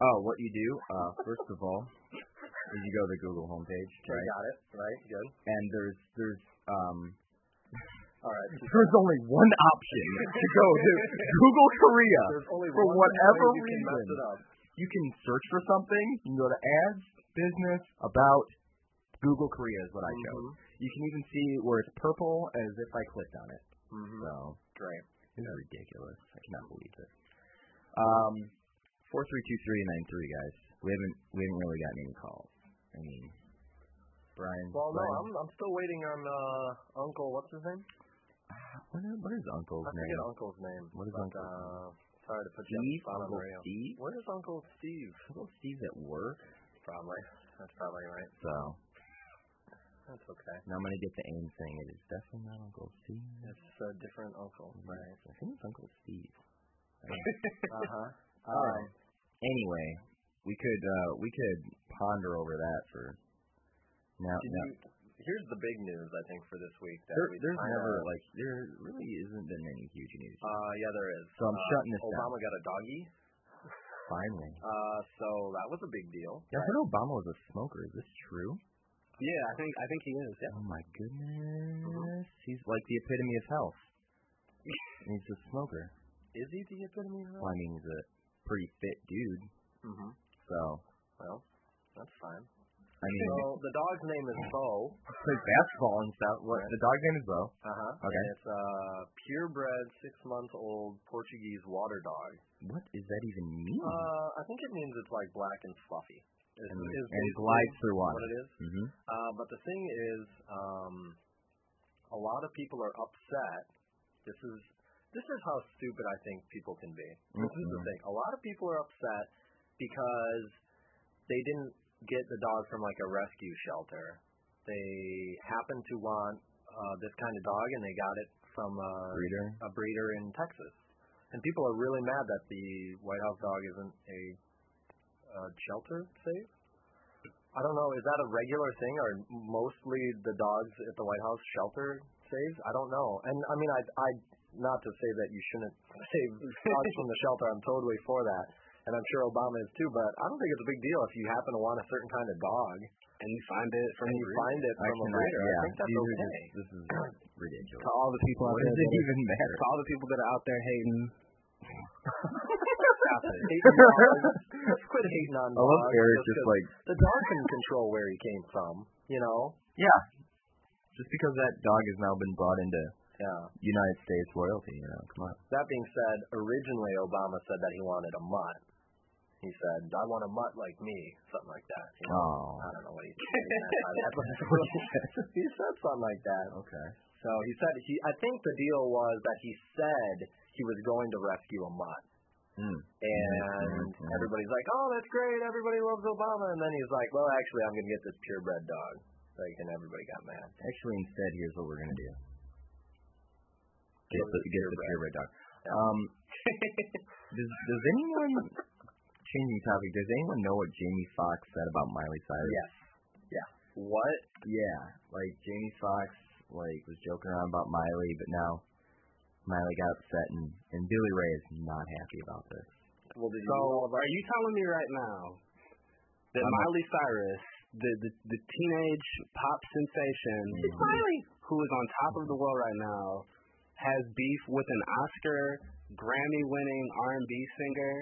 Oh, what you do? Uh, first of all, is you go to the Google homepage,
Okay,
right?
got it. Right, good.
And there's there's um,
All right.
There's only one option to go to. Google Korea.
There's only
For
one
whatever
way you can mess
reason.
it up.
You can search for something. You can go to ads, business, about. Google Korea is what I chose.
Mm-hmm.
You can even see where it's purple as if I clicked on it.
Mm-hmm.
So
Great.
this is ridiculous. I cannot believe it. Um, four three two three nine three guys. We haven't we haven't really gotten any calls. I mean, Brian.
Well, no,
Brian
I'm I'm still waiting on uh Uncle. What's his name?
what, is, what is Uncle's
I
name?
forget Uncle's name.
What is
but,
Uncle's
uh, Sorry to put you
Steve.
on the spot on the
Uncle
radio.
Steve.
Where is Uncle Steve?
Uncle Steve's at work,
Probably. That's probably right.
so
That's okay.
now I'm gonna get the aim thing. It is definitely not Uncle Steve.
It's a different uncle.
Right. I think it's Uncle Steve.
Uh huh.
All right. Anyway, we could uh we could ponder over that for. Now,
Did
now
you, here's the big news I think for this week. That
There,
we
there's
kinda-
never like there really isn't been any huge news.
Uh, yeah, there is.
So I'm
Uh,
shutting this down.
Obama got a doggy.
Finally,
Uh, so that was a big deal.
yeah, I heard Obama was a smoker. Is this true?
Yeah, I think I think he is.
Oh my
Mm-hmm.
goodness, he's like the epitome of health. And he's a smoker.
Is he the epitome of
Well, I mean, he's a pretty fit dude.
Mm-hmm.
So
Well, that's fine.
I mean,
So the dog's name is Bo.
he plays basketball and stuff. What the dog name is Bo.
Uh huh.
Okay.
And it's a purebred six month old Portuguese water dog.
What does that even mean?
Uh, I think it means it's like black and fluffy. Is,
Mm, and,
is
and
basically
glides through
What
water.
it is.
Mm-hmm.
Uh, but the thing is, um, a lot of people are upset. This is this is how stupid I think people can be. This is the
Mhm.
thing. A lot of people are upset because they didn't get the dog from like a rescue shelter. They happened to want uh, this kind of dog, and they got it from uh, a,
Breeder.
a breeder in Texas. And people are really mad that the White House dog isn't a uh, shelter safe. I don't know. Is that a regular thing? Are mostly the dogs at the White House shelter safe? I don't know. And I mean, I, I, not to say that you shouldn't save dogs from the shelter. I'm totally for that, and I'm sure Obama is too. But I don't think it's a big deal if you happen to want a certain kind of dog
And you find it from
and you find it
I
from a
cannot-
breeder.
yeah,
I think that's
these are
okay.
just- this is ridiculous.
to all the people out
What
there.
does it
that
even matter?
are- to all the people that are out there hating.
Stop it. Hating dogs. Let's quit hating on
I love
dogs.
Eric
just
just
'cause
like
the dog can control where he came from. You know.
yeah. Just because that dog has now been brought into
Yeah.
United States royalty, you know, come on.
That being said, originally Obama said that he wanted a mutt. He said, "I want a mutt like me," something like that. You know?
Oh,
I don't know what he said. That's what he said. he said something like that.
okay.
So he said he. I think the deal was that he said he was going to rescue a mutt,
Mm.
and
Mhm, mhm.
everybody's like, "Oh, that's great! Everybody loves Obama." And then he's like, "Well, actually, I'm going to get this purebred dog." Like, and everybody got mad.
Actually, instead, here's what we're gonna do. Get the get the purebred dog.
Yeah.
Um, does does anyone changing topic? Does anyone know what Jamie Foxx said about Miley Cyrus?
Yes. Yeah. What?
Yeah, like Jamie Foxx like was joking around about Miley, but now Miley got upset, and and Billy Ray is not happy about this.
Well, did you
So
know about-
are you telling me right now that
I'm-
Miley Cyrus, the, the the teenage pop sensation,
It's
who is on top of the world right now, has beef with an Oscar Grammy winning R and B singer?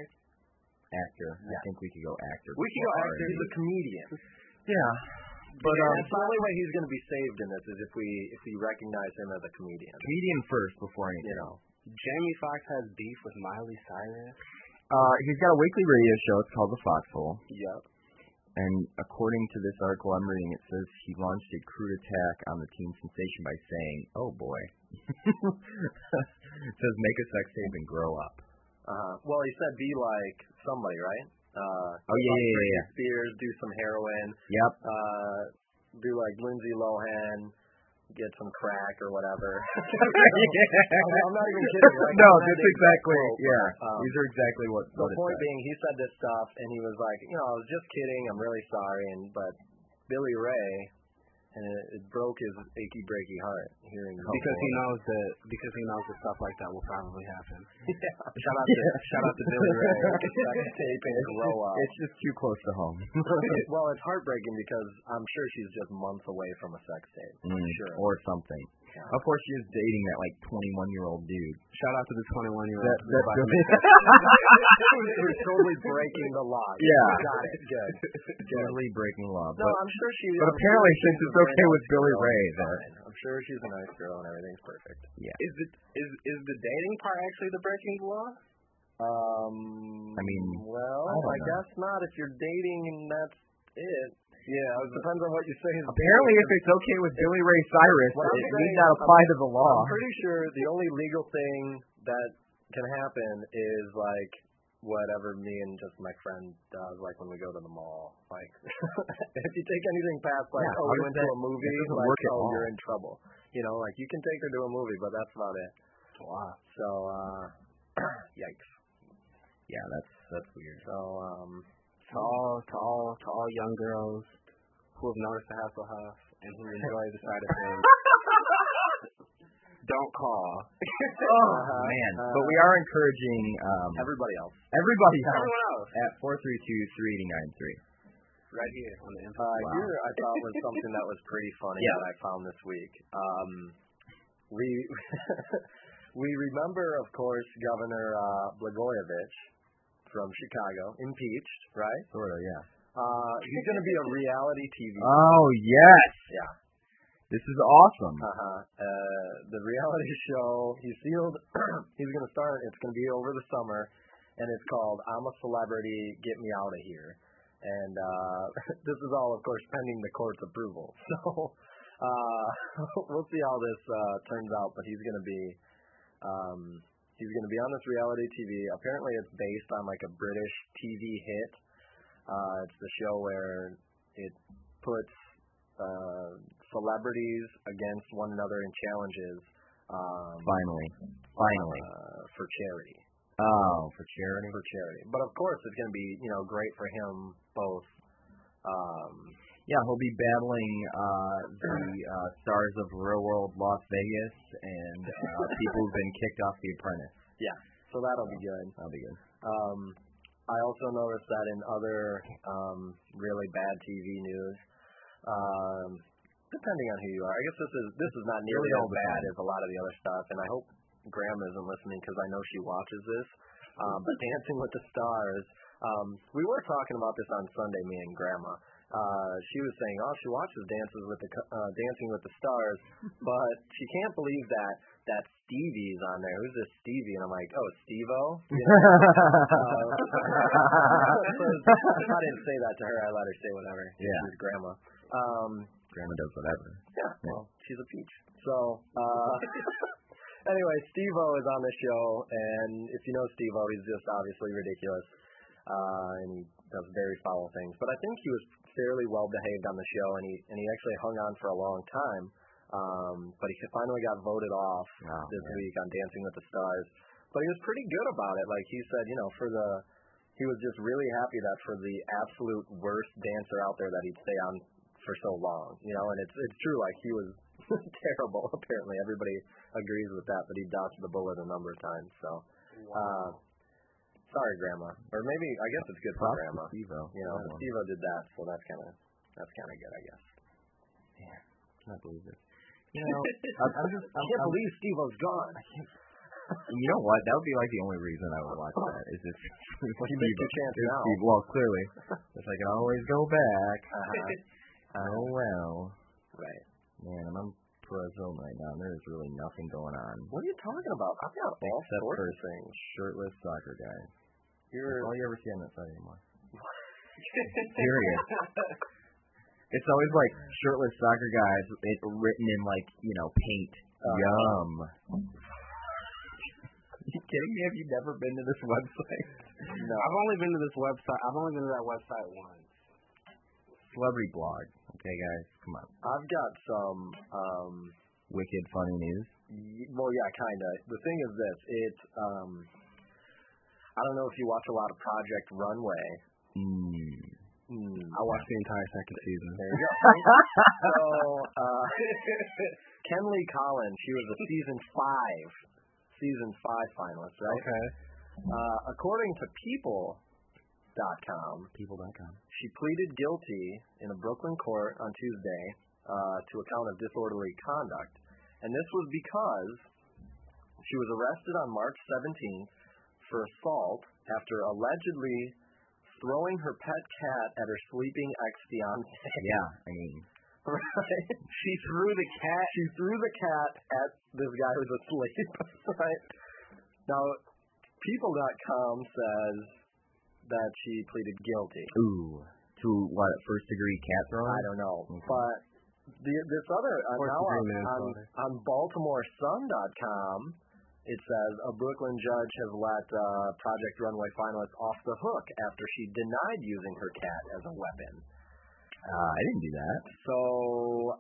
Actor, I
Yeah.
think we could go actor.
We can go
before
actor. He's
R&B.
a comedian.
Yeah,
But
Yeah,
um,
that's
the only way he's going to be saved in this is if we if we recognize him as a comedian.
comedian first before anything.
You know,
Jamie Foxx has beef with Miley Cyrus.
Uh, he's got a weekly radio show. It's called The Foxhole.
yep.
And according to this article I'm reading, it says he launched a crude attack on the teen sensation by saying, "Oh boy," it says, "Make a sex tape and grow up."
Uh, well, he said be like somebody, right? Uh,
Oh yeah, yeah, yeah, yeah.
Spears, do some heroin,
Yep.
uh, do like Lindsay Lohan, get some crack or whatever. I'm, I'm not even kidding. Like,
no,
I'm not
that's
even-
exactly
quote,
yeah.
um,
These are exactly what.
The
what it
point
said.
being, he said this stuff, and he was like, you know, I was just kidding. I'm really sorry. And but Billy Ray, and it, it broke his achy breaky heart hearing
because he knows that because he knows that stuff like that will probably happen. Shout out to shout out to Billy Ray.
sex tape and grow up.
It's just too close to home.
well, it's heartbreaking because I'm sure she's just months away from a sex tape.
Mm,
Sure.
Or something. Of course, she is dating that like 21 year old dude.
Shout out to the 21 year
That,
old.
that,
We're totally breaking the law.
Yeah.
Got it. Good.
generally breaking the law.
No,
But,
I'm sure she.
but
I'm
apparently,
sure
since
she's
it's
a
okay
very
with
nice
Billy
girl,
Ray,
it's
that
fine. I'm sure she's a nice girl and everything's perfect.
Is it is is the dating part actually the breaking the law?
Um.
I mean,
Well,
I don't
I
know.
guess not. If you're dating and that's it. Yeah, it depends on what you say. is
apparently,
dating.
if it's okay with Billy Ray Cyrus,
What I'm
it need
saying-
not apply to the law.
I'm pretty sure the only legal thing that can happen is like whatever me and just my friend does, like when we go to the mall. Like if you take anything past like,
Yeah, how
oh, we
does
went to
that-
a movie,
that doesn't
like
work at
oh,
all.
you're in trouble. You know, like you can take her to a movie, but that's about it.
Wow.
So, uh, yikes.
Yeah, that's that's weird. Oh,
So, um,
To all to all to all young girls who have noticed the Hasselhoff and who enjoy the side of things. Don't
Oh
call.
uh-huh,
man!
Uh,
but we are encouraging um,
everybody else.
everybody else
Everyone else,
at four three two three eighty nine three.
right here on the info.
Uh,
Wow.
Here I thought was something that was pretty funny
Yeah.
that I found this week. Um, we we remember, of course, Governor uh, Blagojevich from Chicago, impeached, right?
Sort of, yeah.
Uh, he's going to be a reality TV.
Oh yes.
Yeah.
This is awesome.
Uh-huh. Uh, the reality show he sealed. he's going to start. It's going to be over the summer, and it's called "I'm a Celebrity, Get Me Out of Here." And uh, this is all, of course, pending the court's approval. So uh, we'll see how this uh, turns out. But he's going to be um, he's going to be on this reality TV. Apparently, it's based on like a British TV hit. Uh, it's the show where it puts uh, celebrities against one another in challenges um,
Finally. Finally.
uh, for charity.
Oh, for charity.
For charity, but of course it's going to be you know great for him both. Um,
Yeah, he'll be battling uh, the uh, stars of Real World Las Vegas and uh, people who've been kicked off The Apprentice.
so that'll be good.
That'll be good.
Um, I also noticed that in other um, really bad TV news, um, depending on who you are, I guess this is this is not nearly
Really
as
all
bad
bad.
as a lot of the other stuff. And I hope Graham isn't listening because I know she watches this. Um, but Dancing with the Stars, um, we were talking about this on Sunday, me and Grandma. Uh, she was saying, "Oh, she watches Dances with the Co- uh, Dancing with the Stars, but she can't believe that that Stevie's on there. Who's this Stevie?" And I'm like, "Oh, Steve-O? You know, uh, I didn't say that to her. I let her say whatever.
Yeah.
She's grandma. Um,
Grandma does whatever.
yeah, well, she's a peach. So, uh, anyway, Steve-O is on the show, and if you know Steve-O, he's just obviously ridiculous, uh, and he does very foul things. But I think he was fairly well behaved on the show, and he and he actually hung on for a long time. Um, but he finally got voted off
Oh,
this
man.
week on Dancing with the Stars. But he was pretty good about it. Like he said, you know, for the he was just really happy that for the absolute worst dancer out there that he'd stay on for so long, you know, and it's it's true like he was terrible apparently. Everybody agrees with that, but he dodged the bullet a number of times. So uh sorry grandma. Or maybe I guess it's good for
Props to
grandma.
Steve-O.
You know,
That one.
Steve did that, so that's kinda that's kinda good I guess.
can't believe it. You know, I'm, I'm just.
I
I'm,
can't
I'm,
believe Steve has gone.
you know what? That would be like the only reason I would watch that. Is if
Well, Oh. you missed your chance
if
now.
Steve- well, clearly, if I can always go back.
Uh-huh.
Oh well,
Right.
man. I'm in Brazil right now. and There is really nothing going on
What are you talking about? I've got all
Except
sorts
for-
of things.
shirtless soccer guys. That's
You're
all you ever see on that side anymore. Serious. It's always like shirtless soccer guys, it written in like you know paint. Yum. you kidding me? Have you never been to this website?
no.
I've only been to this website. I've only been to that website once.
Celebrity blog. Okay, guys, come on.
I've got some. Um,
Wicked funny news.
y- well, yeah, kind of. The thing is this: it's. Um, I don't know if you watch a lot of Project Runway.
Mm.
I watched the entire second season.
There you go. so, uh, Kenley Collins, she was a season five, season five finalist, right?
Okay.
Uh, according to People.com,
People.com.
She pleaded guilty in a Brooklyn court on Tuesday uh, to a count of disorderly conduct. and this was because she was arrested on March 17th for assault after allegedly throwing her pet cat at her sleeping ex-fiance.
Yeah, I mean,
Right? She threw the cat. She threw the cat at this guy who's asleep. Right? Now, people.com says that she pleaded guilty.
ooh, to what first degree cat throwing?
I don't know,
Okay.
but the, this other uh,
Fourth
now on,
degree
on, on BaltimoreSun.com, it says a Brooklyn judge has let uh, Project Runway finalist off the hook after she denied using her cat as a weapon.
Uh, I didn't do that.
So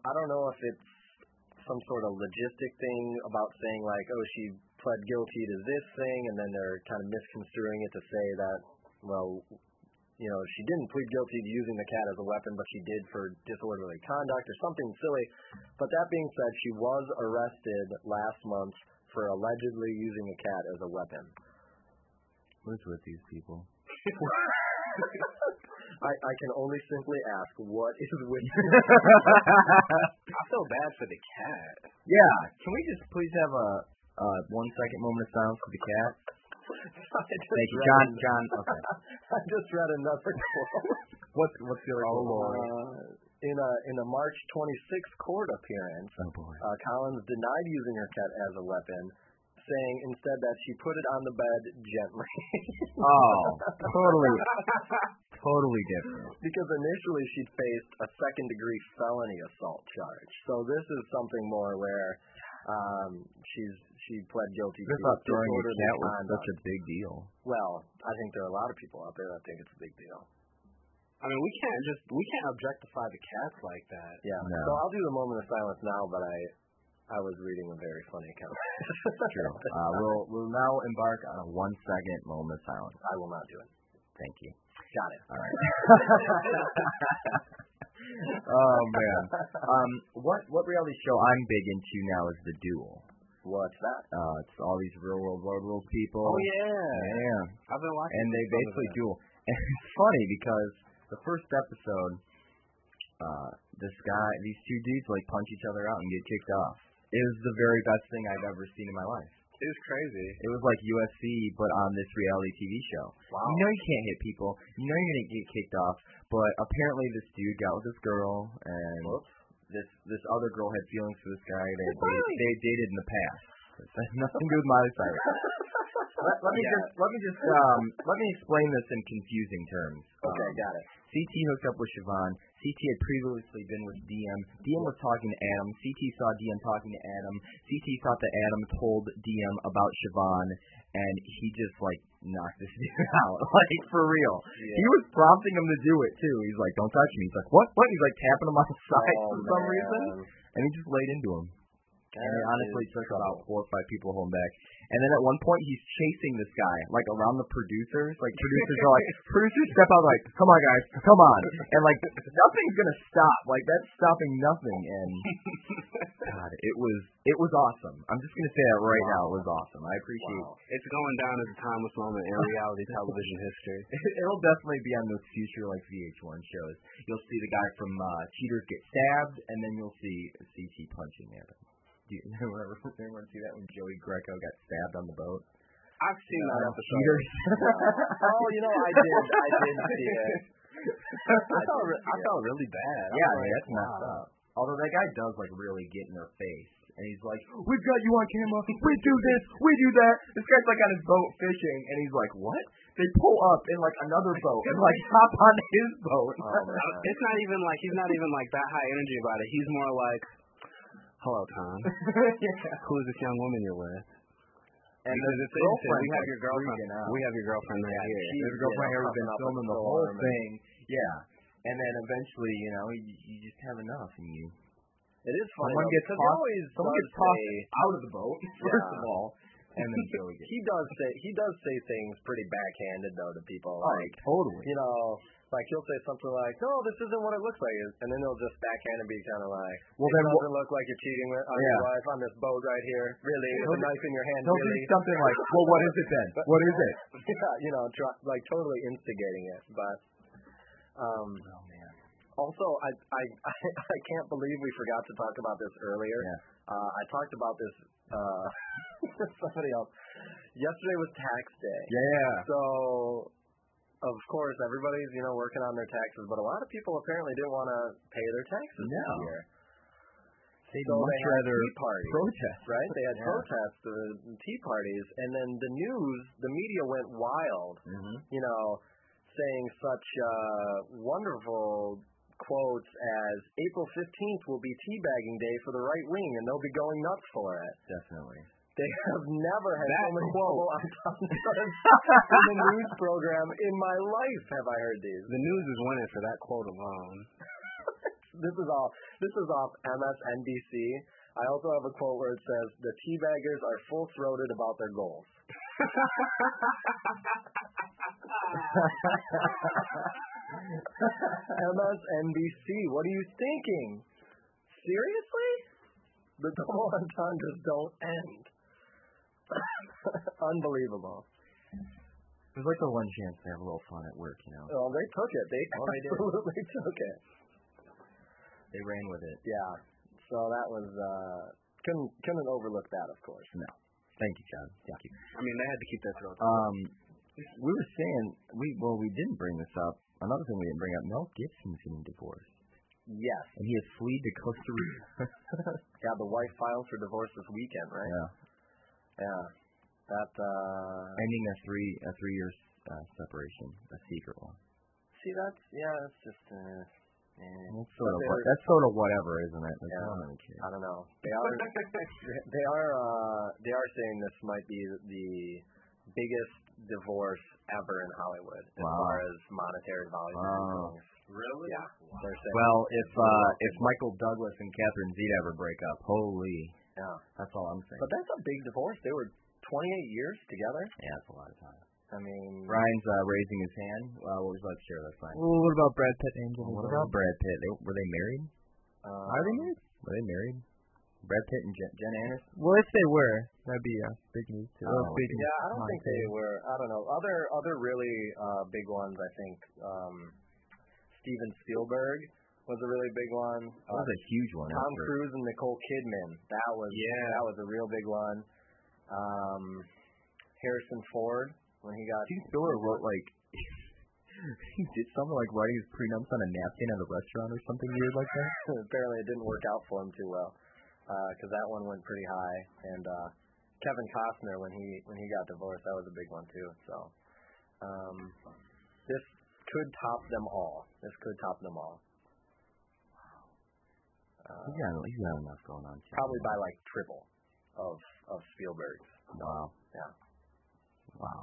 I don't know if it's some sort of logistic thing about saying like, oh, she pled guilty to this thing, and then they're kind of misconstruing it to say that, well, you know, she didn't plead guilty to using the cat as a weapon, but she did for disorderly conduct or something silly. But that being said, she was arrested last month for allegedly using a cat as a weapon.
What's with these people?
I, I can only simply ask, what is with?
I feel bad for the cat.
Yeah. Can we just please have a uh, one second moment of silence for the cat? Thank you, John. John. Okay.
I just read another quote.
What's what's the other
Oh,
quote?
uh, in a in a March 26th court appearance,
Oh boy.
uh, Collins denied using her cat as a weapon, saying instead that she put it on the bed gently
Oh, totally, totally different.
because initially she faced a second degree felony assault charge. So this is something more where um, she's she pled guilty
I
to
thought throwing a
disorderly
cat was
conduct.
such a big deal.
Well, I think there are a lot of people out there that think it's a big deal.
I mean, we can't just we can't objectify the cats like that.
Yeah.
No.
So I'll do the moment of silence now, but I I was reading a very funny account.
True. Uh, we'll we'll now embark on a one second moment of silence.
I will not do it.
Thank you.
Got it.
All right. oh man. Um, what what reality show I'm big into now is The Duel.
What's that?
Uh, it's all these real world road rules people.
Oh yeah.
Yeah.
I've been watching.
and they
some of
basically
that.
duel. And it's funny because the first episode, uh, this guy, these two dudes like punch each other out and get kicked off. It was the very best thing I've ever seen in my life.
It was crazy.
It was like UFC, but on this reality TV show.
Wow.
You know you can't hit people. You know you're gonna get kicked off. But apparently this dude got with this girl, and this this other girl had feelings for this guy that they, they dated in the past. It has nothing to do with Miley Cyrus. let, let me
Yeah.
just let me just um let me explain this in confusing terms.
Okay,
Um,
got it.
CT hooked up with Siobhan. CT had previously been with DM. DM was talking to Adam. CT saw DM talking to Adam. CT thought that Adam told DM about Siobhan, and he just like knocked this dude out, like for real. He was prompting him to do it too. He's like, "Don't touch me." He's like, "What? What?" He's like tapping him on the side
Oh,
for some
man.
reason, and he just laid into him. And they
That
honestly
is
took about four or five people home back. And then at one point he's chasing this guy, like around the producers. Like producers are like producers step out like, Come on guys, come on and like nothing's gonna stop. Like that's stopping nothing and God, it was it was awesome. I'm just gonna say that right now, it was awesome. I appreciate
Wow.
It's going down as a timeless moment in reality television history.
It'll definitely be on those future like VH1 shows. You'll see the guy from uh, Cheaters get stabbed, and then you'll see CT punching him. Do you remember, remember see that when Joey Greco got stabbed on the boat?
I've seen that
Uh,
episode.
Cheaters.
Oh, you know, I did. I did see it.
I felt re- I felt really bad. I'm
yeah,
like,
man, that's messed
wow.
up. Although that guy does like really get in their face, and he's like, "We've got you on camera. We do this. We do that." This guy's like on his boat fishing, and he's like, "What?" They pull up in like another boat and like hop on his boat.
Oh, man.
Uh, It's not even like he's not even like that high energy about it. He's more like, "Hello, Tom. Who is this young woman you're with?"
And
because
the
it's instant.
girlfriend,
We have
like,
your girlfriend.
freaking out.
We have your girlfriend right here.
she-
His girlfriend
Yeah,
here has been
up and
filming
up
the
and
whole
storm and-
thing. Yeah. And then
um,
eventually, you know, you, you just have enough, and you
It is
Someone
funny. though,
gets
because he
tossed-
always
someone
does
gets tossed
say-
out of the boat first of
Yeah.
all, and then Joey gets.
He does say he does say things pretty backhanded though to people.
Oh,
Like
totally.
you know, like he'll say something like, "No, this isn't what it looks like," and then they'll just backhand and be kind of like,
Well,
"It
then
doesn't look like you're cheating with- on your
Yeah.
wife on this boat right here. Really,
He'll
with a
do-
knife in your hand.
They'll
Really,
do something like, well, what is it then? What is it?
yeah, you know, try, like totally instigating it. But um,
Oh man.
also, I I I can't believe we forgot to talk about this earlier.
Yeah.
Uh, I talked about this uh, with somebody else. Yesterday was tax day.
Yeah.
So, of course, everybody's you know working on their taxes, but a lot of people apparently didn't want to pay their taxes this
No.
year.
They'd
So
much
they had
rather
tea parties,
protest.
right? They had
Yeah.
protests and tea parties, and then the news, the media went wild
Mm-hmm.
you know, saying such uh, wonderful quotes as April 15th will be teabagging day for the right wing and they'll be going nuts for it.
Definitely.
They have never had so
That
many
quote.
people on top in the news program in my life have I heard these.
The news is winning for that quote alone.
This is all this is off MSNBC. I also have a quote where it says the teabaggers are full throated about their goals. MSNBC, what are you thinking? Seriously? The double entendres don't end. Unbelievable.
It was like the one chance to have a little fun at work, you know.
Well, they took it. They
Oh, they did.
absolutely took it.
They ran with it.
Yeah. So that was uh couldn't couldn't overlook that, of course.
Thank you, John. Thank you.
I mean, they had to keep that throat.
Um, we were saying
Um,
we well we didn't bring this up. Another thing we didn't bring up: Mel Gibson's getting divorced,
Yes.
and he has fled to Costa Rica.
Yeah, the wife filed for divorce this weekend, right?
Yeah,
Yeah. That uh
ending a three a three year uh, separation, a secret one.
see that's yeah, that's just uh eh,
That's sort of
But
what,
they're-
that's sort of whatever, isn't it? That's
Yeah.
not really care.
I don't know. They are they are uh they are saying this might be the biggest divorce ever in Hollywood as
Wow.
far as monetary volume and
Wow.
things. Really? Yeah. They're saying
Well, if uh, if Michael Douglas and Catherine Zeta ever break up, holy,
yeah.
that's all I'm saying.
But that's a big divorce. They were twenty eight years together.
yeah, that's a lot of time.
I meeen
Ryan's uh, raising his hand. Uh, what was that? Sure, that's fine.
Well, what about Brad Pitt and Angelina?
What about Brad Pitt? They, were they married?
um,
Are they married? Were they married? Brad Pitt and Jen, Jen Aniston.
Well, if they were, that'd be uh, big news too.
Oh,
Oh, big
Yeah, I don't
Not
think they were. I don't know. Other other really uh, big ones. I think um, Steven Spielberg was a really big one.
That was a huge one.
Tom
after-
Cruise and Nicole Kidman. That was
Yeah.
that was a real big one. Um, Harrison Ford when he got
I think Spiller wrote like he did something like writing his prenups on a napkin at a restaurant or something weird like that.
apparently it didn't work out for him too well because that one went pretty high. And uh, Kevin Costner when he when he got divorced, that was a big one too. So um, this could top them all. This could top them all. Uh,
He's got, he's got enough going on. Too.
probably by like triple of of Spielberg.
Wow.
Yeah.
Wow.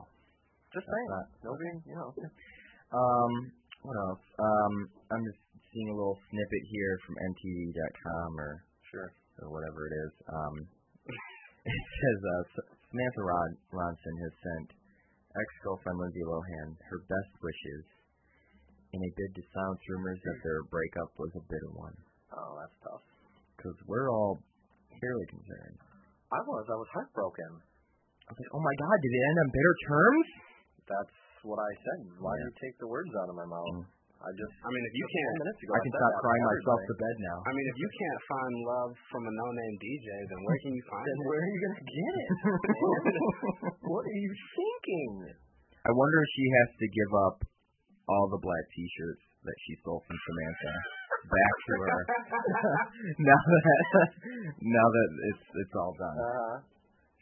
That's
Just saying.
not-
Nobody, you know.
Um. What else? Um. I'm just seeing a little snippet here from MTV.com or
Sure.
or whatever it is. Um. It says uh, S- Samantha Rod Ronson has sent ex-girlfriend Lindsay Lohan her best wishes in a bid to silence rumors that their breakup was a bitter one.
Oh, that's tough.
because we're all fairly concerned.
I was. I was heartbroken.
I was like, oh my god, did it end on bitter terms?
That's what I said. Why do
Yeah.
you take the words out of my mouth?
Mm.
I just.
I mean, if you
just
can't,
10 minutes ago,
I can
said
stop
that to
crying myself
everybody.
to bed now.
I mean, if you can't find love from a no-name DJ, then where can you find
then
it?
where are you going to get it? what are you thinking?
I wonder if she has to give up all the black t-shirts that she stole from Samantha back to her now that now that it's it's all done.
Uh,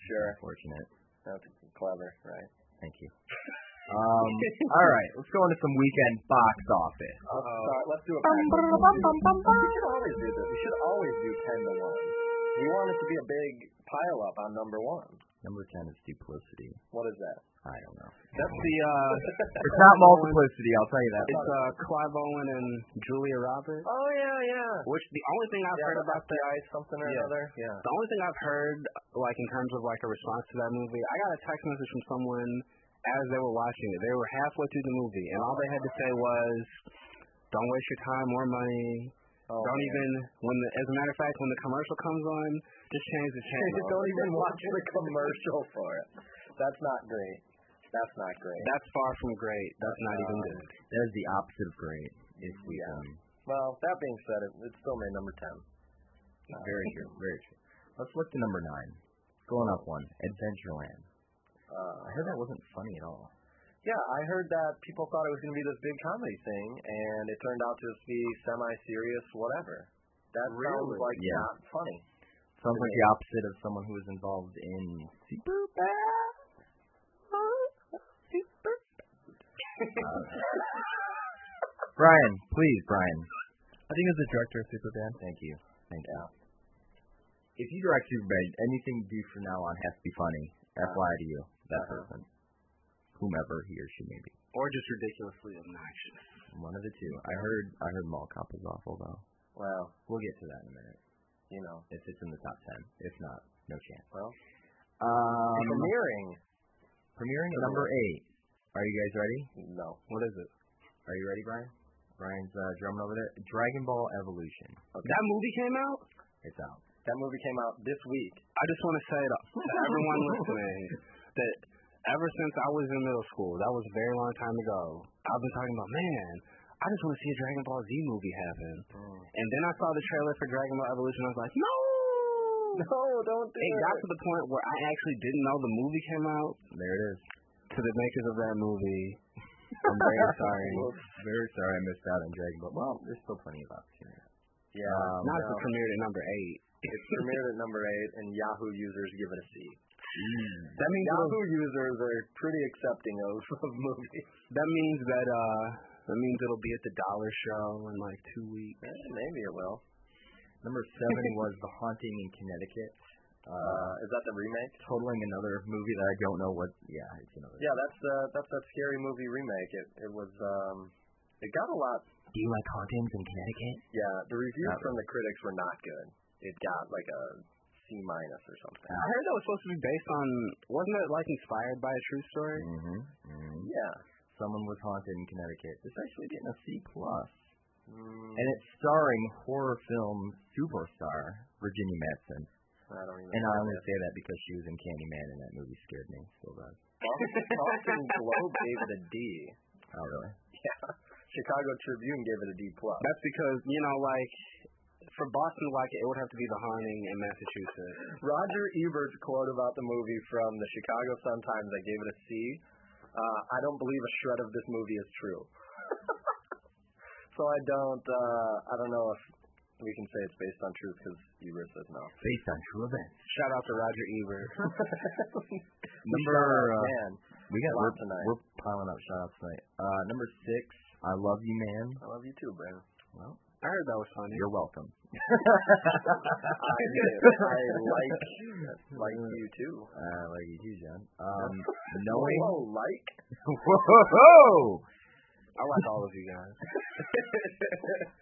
sure.
Unfortunate.
That's clever, right?
Thank you. Um, all right, let's go into some weekend box office.
Let's start. Let's do a package. We should always do this. We should always do 10 to 1. We want it to be a big pile up on number one.
Number ten is duplicity.
What is that?
I don't know.
That's the uh,
It's not multiplicity. I'll tell you that.
it's uh, Clive Owen and Julia Roberts.
Oh, yeah, yeah.
Which the only thing I've
yeah,
heard
the
about that,
FBI something or
Yeah.
another. Yeah.
the only thing I've heard, like in terms of like a response to that movie, I got a text message from someone as they were watching it. They were halfway through the movie, and all they had to say was, "Don't waste your time or money.
Oh,
Don't
man.
even when the as a matter of fact when the commercial comes on, just change the channel.
Don't even watch the commercial for it. That's not great. That's not great.
That's far from great. That's not even good.
That is the opposite of great. If we
Yeah.
um,
Well, that being said, it, it still made number 10.
Very true. Very true. Let's look to number nine. Going up one, Adventureland.
Uh,
I heard that wasn't funny at all.
yeah, I heard that people thought it was going to be this big comedy thing, and it turned out to just be semi-serious, whatever. That sounds
Really?
like
Yeah.
not funny.
Sounds like the opposite of someone who was involved in Super Bad. Super. Brian, please, Brian.
I think it was the director of Superbad.
Thank you. Thank you. If you direct Super Bad, anything you do from now on has to be funny. FY to you, that person, whomever he or she may be.
Or just ridiculously obnoxious.
One of the two. I heard. I heard Mall Cop was awful though.
Well,
We'll get to that in a minute.
you know,
If it's in the top ten, if not, no chance.
Well.
um,
premiering.
premiering at number eight. Are you guys ready?
No.
What is it? Are you ready, Brian? Brian's uh, drumming over there. Dragon Ball Evolution.
That movie came out.
It's out.
That movie came out this week.
I just want to say to to everyone listening that ever since I was in middle school, that was a very long time ago, I've been talking about, man, I just want to see a Dragon Ball Z movie happen. And then I saw the trailer for Dragon Ball Evolution. I was like, no!
No, don't do
It got to the point where I actually didn't know the movie came out
There it is.
to the makers of that movie. I'm very sorry.
Very sorry I missed out on Dragon Ball. Well, there's still plenty of opportunity.
Yeah,
Um,
Uh, Not
no.
the premiere at number eight.
it's premiered at number eight, and Yahoo users give it a C.
That means it was
Yahoo users are pretty accepting of, of movies.
That means that uh that means it'll be at the dollar show in like two weeks.
Eh, maybe it will.
Number seven was The Haunting in Connecticut. Uh,
Uh, is that the remake?
totaling another movie that I don't know what. Yeah, it's another.
Yeah, that's uh, that's that scary movie remake. It it was um, it got a lot.
Do you like hauntings in Connecticut?
Yeah, the reviews
Not
from the critics were not good. It got like a C minus or something.
I heard that was supposed to be based on wasn't it like inspired by a true story?
Mm-hmm. mm-hmm.
Yeah.
Someone was haunted in Connecticut. It's actually getting a C plus,
Mm,
and it's starring horror film superstar Virginia Madsen.
I don't even.
And I
know
only
that.
say that because she was in Candyman, and that movie scared me. Still does.
Boston Globe gave it a D.
Oh really?
Chicago Tribune gave it a D plus.
That's because, you know, like for Boston like it would have to be the haunting in Massachusetts.
Roger Ebert's quote about the movie from the Chicago Sun Times that gave it a C. Uh, I don't believe a shred of this movie is true. so I don't. Uh, I don't know if we can say it's based on truth because Ebert says no.
Based on true events.
Shout out to Roger Ebert.
Number uh,
man,
we got
a lot
we're,
tonight.
we're piling up shout outs tonight. Uh, number six, I love you, man.
I love you too, Brandon.
Well,
I heard that was funny.
you're welcome.
I, do. I like like you too.
Uh, like you too, John. Um, knowing.
Whoa, like.
Whoa!
I like all of you guys.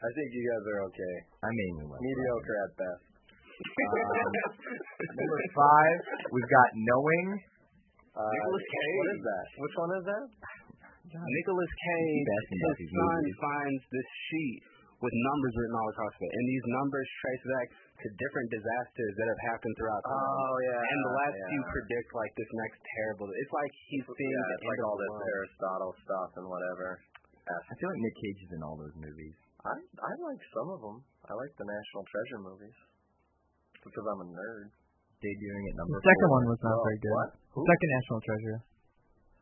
I think you guys are okay.
I mainly like
Mediocre at best.
Um, number five, we've got knowing.
Uh, What
Nicolas Cage.
is that? Which one is that?
Nicholas Cage
Keep asking about
his
these
son
movies.
finds this sheet with numbers written all across it. And these numbers trace back to different disasters that have happened
Oh,
throughout time.
Oh, yeah.
And the last
yeah.
few predict like this next terrible. It's like he's
yeah,
seeing the
it's
end
like
of
all
the
this
world.
Aristotle stuff and whatever.
I feel like Nick Cage is in all those movies.
I I like some of them. I like the National Treasure movies because I'm a nerd.
Debuting at number
The second
four.
one was not
Well,
very good.
What?
The second National Treasure.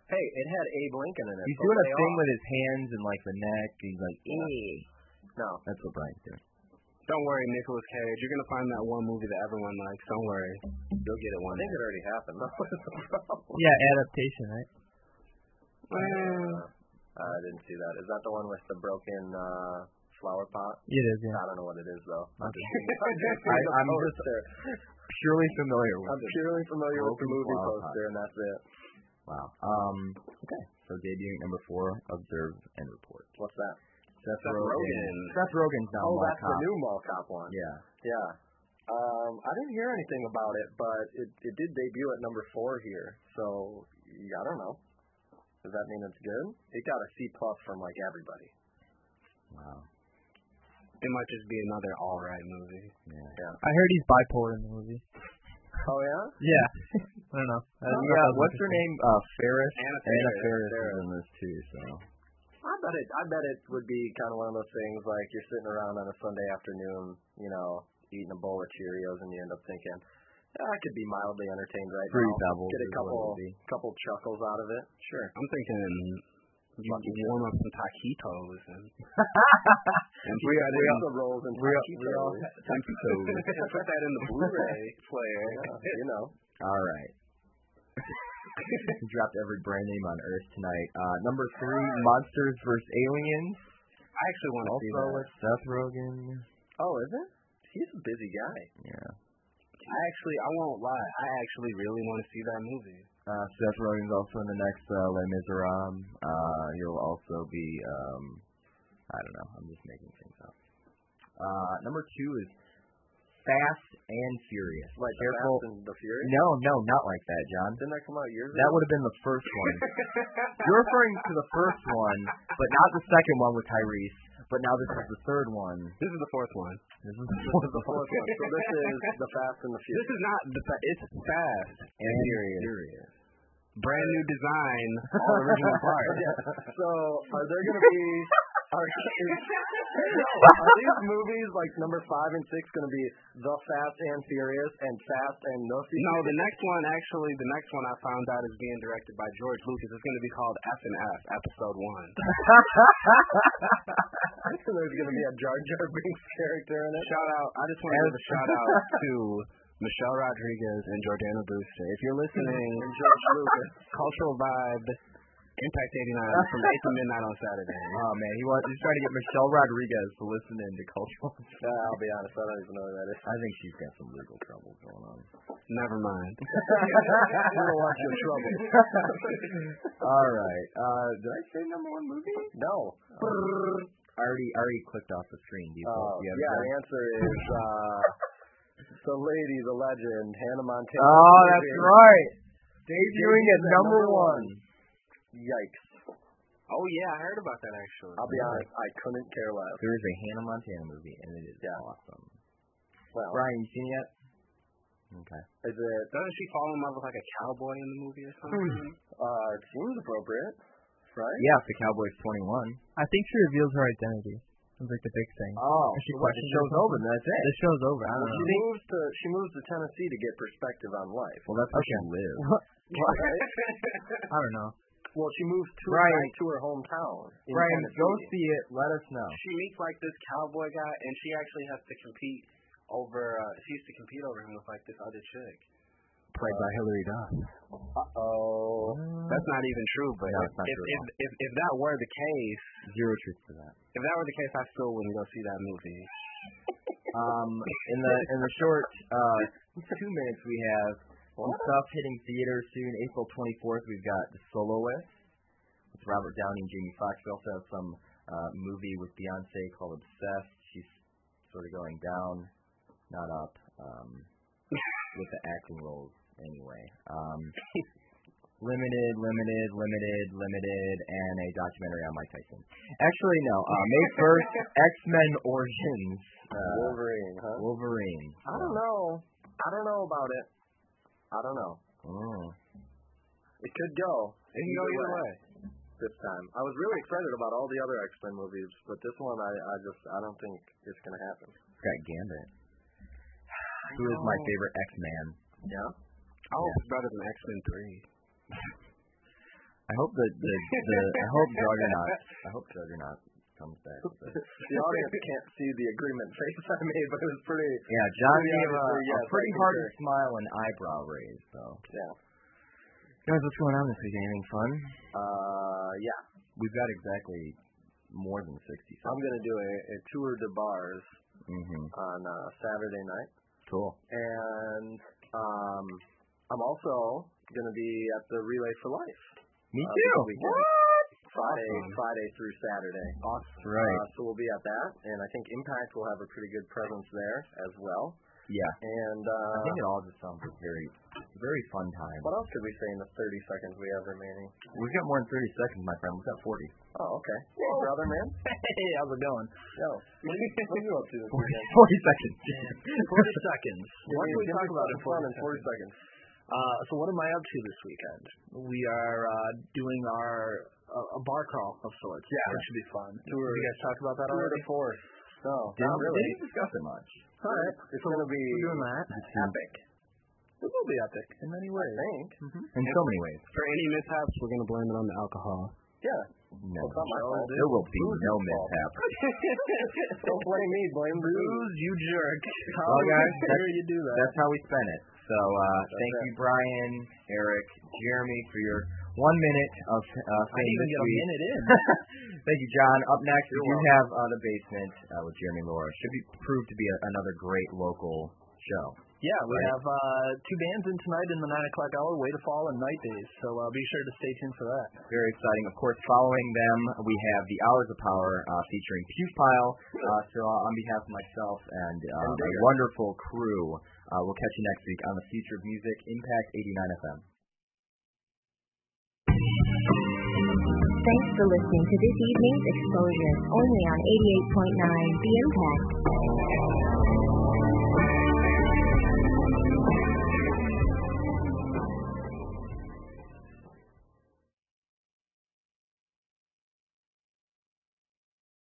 Hey, it had Abe Lincoln in it.
He's
so
doing a
play
thing
off.
with his hands and like the neck. And he's like, eh.
No,
That's what Brian's doing.
Don't worry, Nicholas Cage. You're gonna find that one movie that everyone likes. Don't worry, you'll get it
I
one
think
day.
it already happened.
Yeah, adaptation, right?
Uh, I didn't see that. Is that the one with the broken uh, flower pot?
It is, yeah.
I don't know what it is though. I'm just,
I, I'm just
poster.
purely familiar with
I'm purely familiar with the
Broken
movie
flower pot.
poster, and that's it.
Wow. Um, okay. So debuting at number four, observe and report.
What's that?
Seth,
Seth
Rogen.
Rogen.
Seth Rogen's not
oh,
Mall
that's the
Cop.
new Mall Cop one.
Yeah.
Yeah. Um, I didn't hear anything about it, but it, it did debut at number four here. So yeah, I don't know. Does that mean it's good? It got a C plus from like everybody.
Wow.
It might just be another all right movie.
Yeah.
I heard he's bipolar in the movie.
Oh yeah.
Yeah. I don't know. I
Uh,
thought
yeah,
that was
what's her
interesting.
name? Uh, Ferris.
Anna
Anna
Faris.
Ferris is
Ferris.
in this too, so.
I bet it. I bet it would be kind of one of those things like you're sitting around on a Sunday afternoon, you know, eating a bowl of Cheerios, and you end up thinking, "Ah, I could be mildly entertained right
Three
now.
doubles. is what
Get a
it
couple
would be.
couple chuckles out of it. Sure.
I'm thinking you
Lucky
warm up some taquitos and, and
We
put
got
that in-
the rolls and
we are-
taquitos.
we are-
and put that in the Blu-ray player.
Yeah, you know.
All right. You dropped every brand name on earth tonight. Uh, number three, Monsters vs. Aliens.
I actually want to see
Also
that.
with Seth Rogen.
Oh, is it? He's a busy guy.
Yeah.
I actually, I won't lie. I actually really want to see that movie.
Uh, Seth Rogen's also in the next uh, Les Miserables. Uh, he'll also be, um, I don't know. I'm just making things up. Uh, number two is Fast and Furious.
Like the
Careful.
Fast and the Furious.
No, no, not like that, John.
Didn't that come out years
That
ago?
would have been the first one. You're referring to the first one, but not the second one with Tyrese. But now this is the third one.
This is the fourth one.
This is the
Fourth one. So this is the Fast and the
This
Furious.
is not the fa- it's fast,
and
Furious. brand new design, all original parts.
So are there going to be are, is, are these movies like number five and six going to be the Fast and Furious and Fast and the Furious?
No, the next one actually, the next one I found out is being directed by George Lucas. It's going to be called F and F, Episode One.
There's going to be a Jar Jar Binks character in it.
Shout out! I just want to give a shout out to Michelle Rodriguez and Jordana Brewster. If you're listening,
And George Lucas.
Cultural Vibe, Impact 89 from 8 to midnight on Saturday.
Oh man, he wants, he's trying to get Michelle Rodriguez to listen in to cultural.
Uh, I'll be honest, I don't even know who that is.
I think she's got some legal trouble going on.
Never mind.
We don't want your trouble.
All right. Uh, did I say number one movie?
No.
I already I already clicked off the screen. Do you,
Uh,
do you
yeah,
have it?
the answer is uh, the lady, the legend, Hannah Montana.
Oh, that's
Maybe.
right. Debuting at
Debuted at
number
number
one.
Yikes.
Oh yeah, I heard about that actually.
I'll be honest, I couldn't care less.
There is a Hannah Montana movie, and it is
Yeah.
awesome.
Well,
Brian, you seen it yet? Okay.
is it,
Doesn't she fall in love with like a cowboy in the movie or
Hmm.
something?
uh, it seems appropriate, right?
Yeah, if the Cowboy's 21.
I think she reveals her identity. It's like the big thing. She
Oh, what, the
questions
show's
herself.
over, then that's it.
The show's over. I
Well,
don't
she
know.
moves to she moves to Tennessee to get perspective on life.
Well, that's where she lives.
Right?
I don't know.
well, she moves to
Brian.
back to her hometown. in
Brian,
Tennessee.
go see it. Let us know.
she meets like this cowboy guy, and she actually has to compete over. Uh, she used to compete over him with like this other chick.
Played by Hillary Duff.
Oh,
Uh,
That's not even true, but
No, it's not
if,
true at
if, if if that were the case,
Zero truth to that.
if that were the case, I still wouldn't go see that movie.
Um, in the in the short uh, two minutes we have some stuff hitting theaters soon. April 24th we've got The Soloist with Robert Downey and Jamie Foxx. We also have some uh, movie with Beyonce called Obsessed. She's sort of going down, not up, um, with the acting roles anyway. Um, limited, limited, limited, limited, and a documentary on Mike Tyson. Actually, no. Uh, May 1st, X Men Origins. Uh,
Wolverine, huh?
Wolverine.
I don't know. I don't know about it. I don't know.
Oh.
It could go.
It can go either way.
This time, I was really excited about all the other X Men movies, but this one, I, I just, I don't think it's gonna happen.
It's got Gambit. Who is my favorite X Man?
Yeah.
I hope it's better than X Men Three.
I hope the, the, the I hope Juggernaut I hope Juggernaut comes back. with it.
The audience can't see the agreement face I made, but it was pretty.
Yeah, John
Yeah,
gave a,
sure, yes,
a pretty
I
hard
concur.
smile and eyebrow raise though.
Yeah.
Guys, what's going on this week? Anything fun?
Uh, yeah.
We've got exactly more than sixty
I'm gonna do a, a tour de bars
Mm-hmm.
on uh, Saturday night,
Cool.
and um, I'm also gonna be at the Relay for Life.
Me
uh,
too.
this weekend. Friday,
Awesome.
Friday through Saturday.
That's right.
Uh, so we'll be at that, and I think Impact will have a pretty good presence there as well.
yeah.
And
I
uh,
think it all just sounds like a very very fun time.
what else could we say in the 30 seconds we have remaining?
We've got more than thirty seconds, my friend. We've got forty.
Oh, okay. Hey, brother, man.
Hey, how's it going?
Yo, what are you, what are you up to this weekend?
40 seconds. 40 seconds.
What can we
Give me
talk about in
some
40
fun in
seconds?
Uh, so what am I up to this weekend? We are uh, doing our uh, a bar crawl of sorts. Yeah, which should be fun. Did you guys talk about that
Tour de
already?
force. No,
Didn't,
not really.
didn't discuss it much.
All right,
It's going to be
we're doing that.
epic. It will be epic in many ways.
I think.
in so many ways.
For any mishaps, we're gonna blame it on the alcohol.
Yeah.
No,
It's not my fault.
there will be no mishap.
Don't blame me. Blame booze.
You jerk. How
Well, guys,
dare you do that?
That's how we spent it. So uh, thank you, Brian, Eric, Jeremy, for your one minute of uh,
I didn't
fame
even
this
get a
week.
minute in.
Thank you, John. Up next, we do have uh, the basement uh, with Jeremy Laura. Should be proved to be a, another great local show.
Yeah, we
Right.
have uh, two bands in tonight in the nine o'clock hour, Way to Fall and Night Days. So uh, be sure to stay tuned for that.
Very exciting. Of course, following them, we have the Hours of Power uh, featuring Pewpile. Uh, so uh, on behalf of myself and uh, my wonderful crew, uh, we'll catch you next week on the Future of Music Impact 89 FM.
Thanks for listening to this evening's exposure, only on 88.9 The Impact.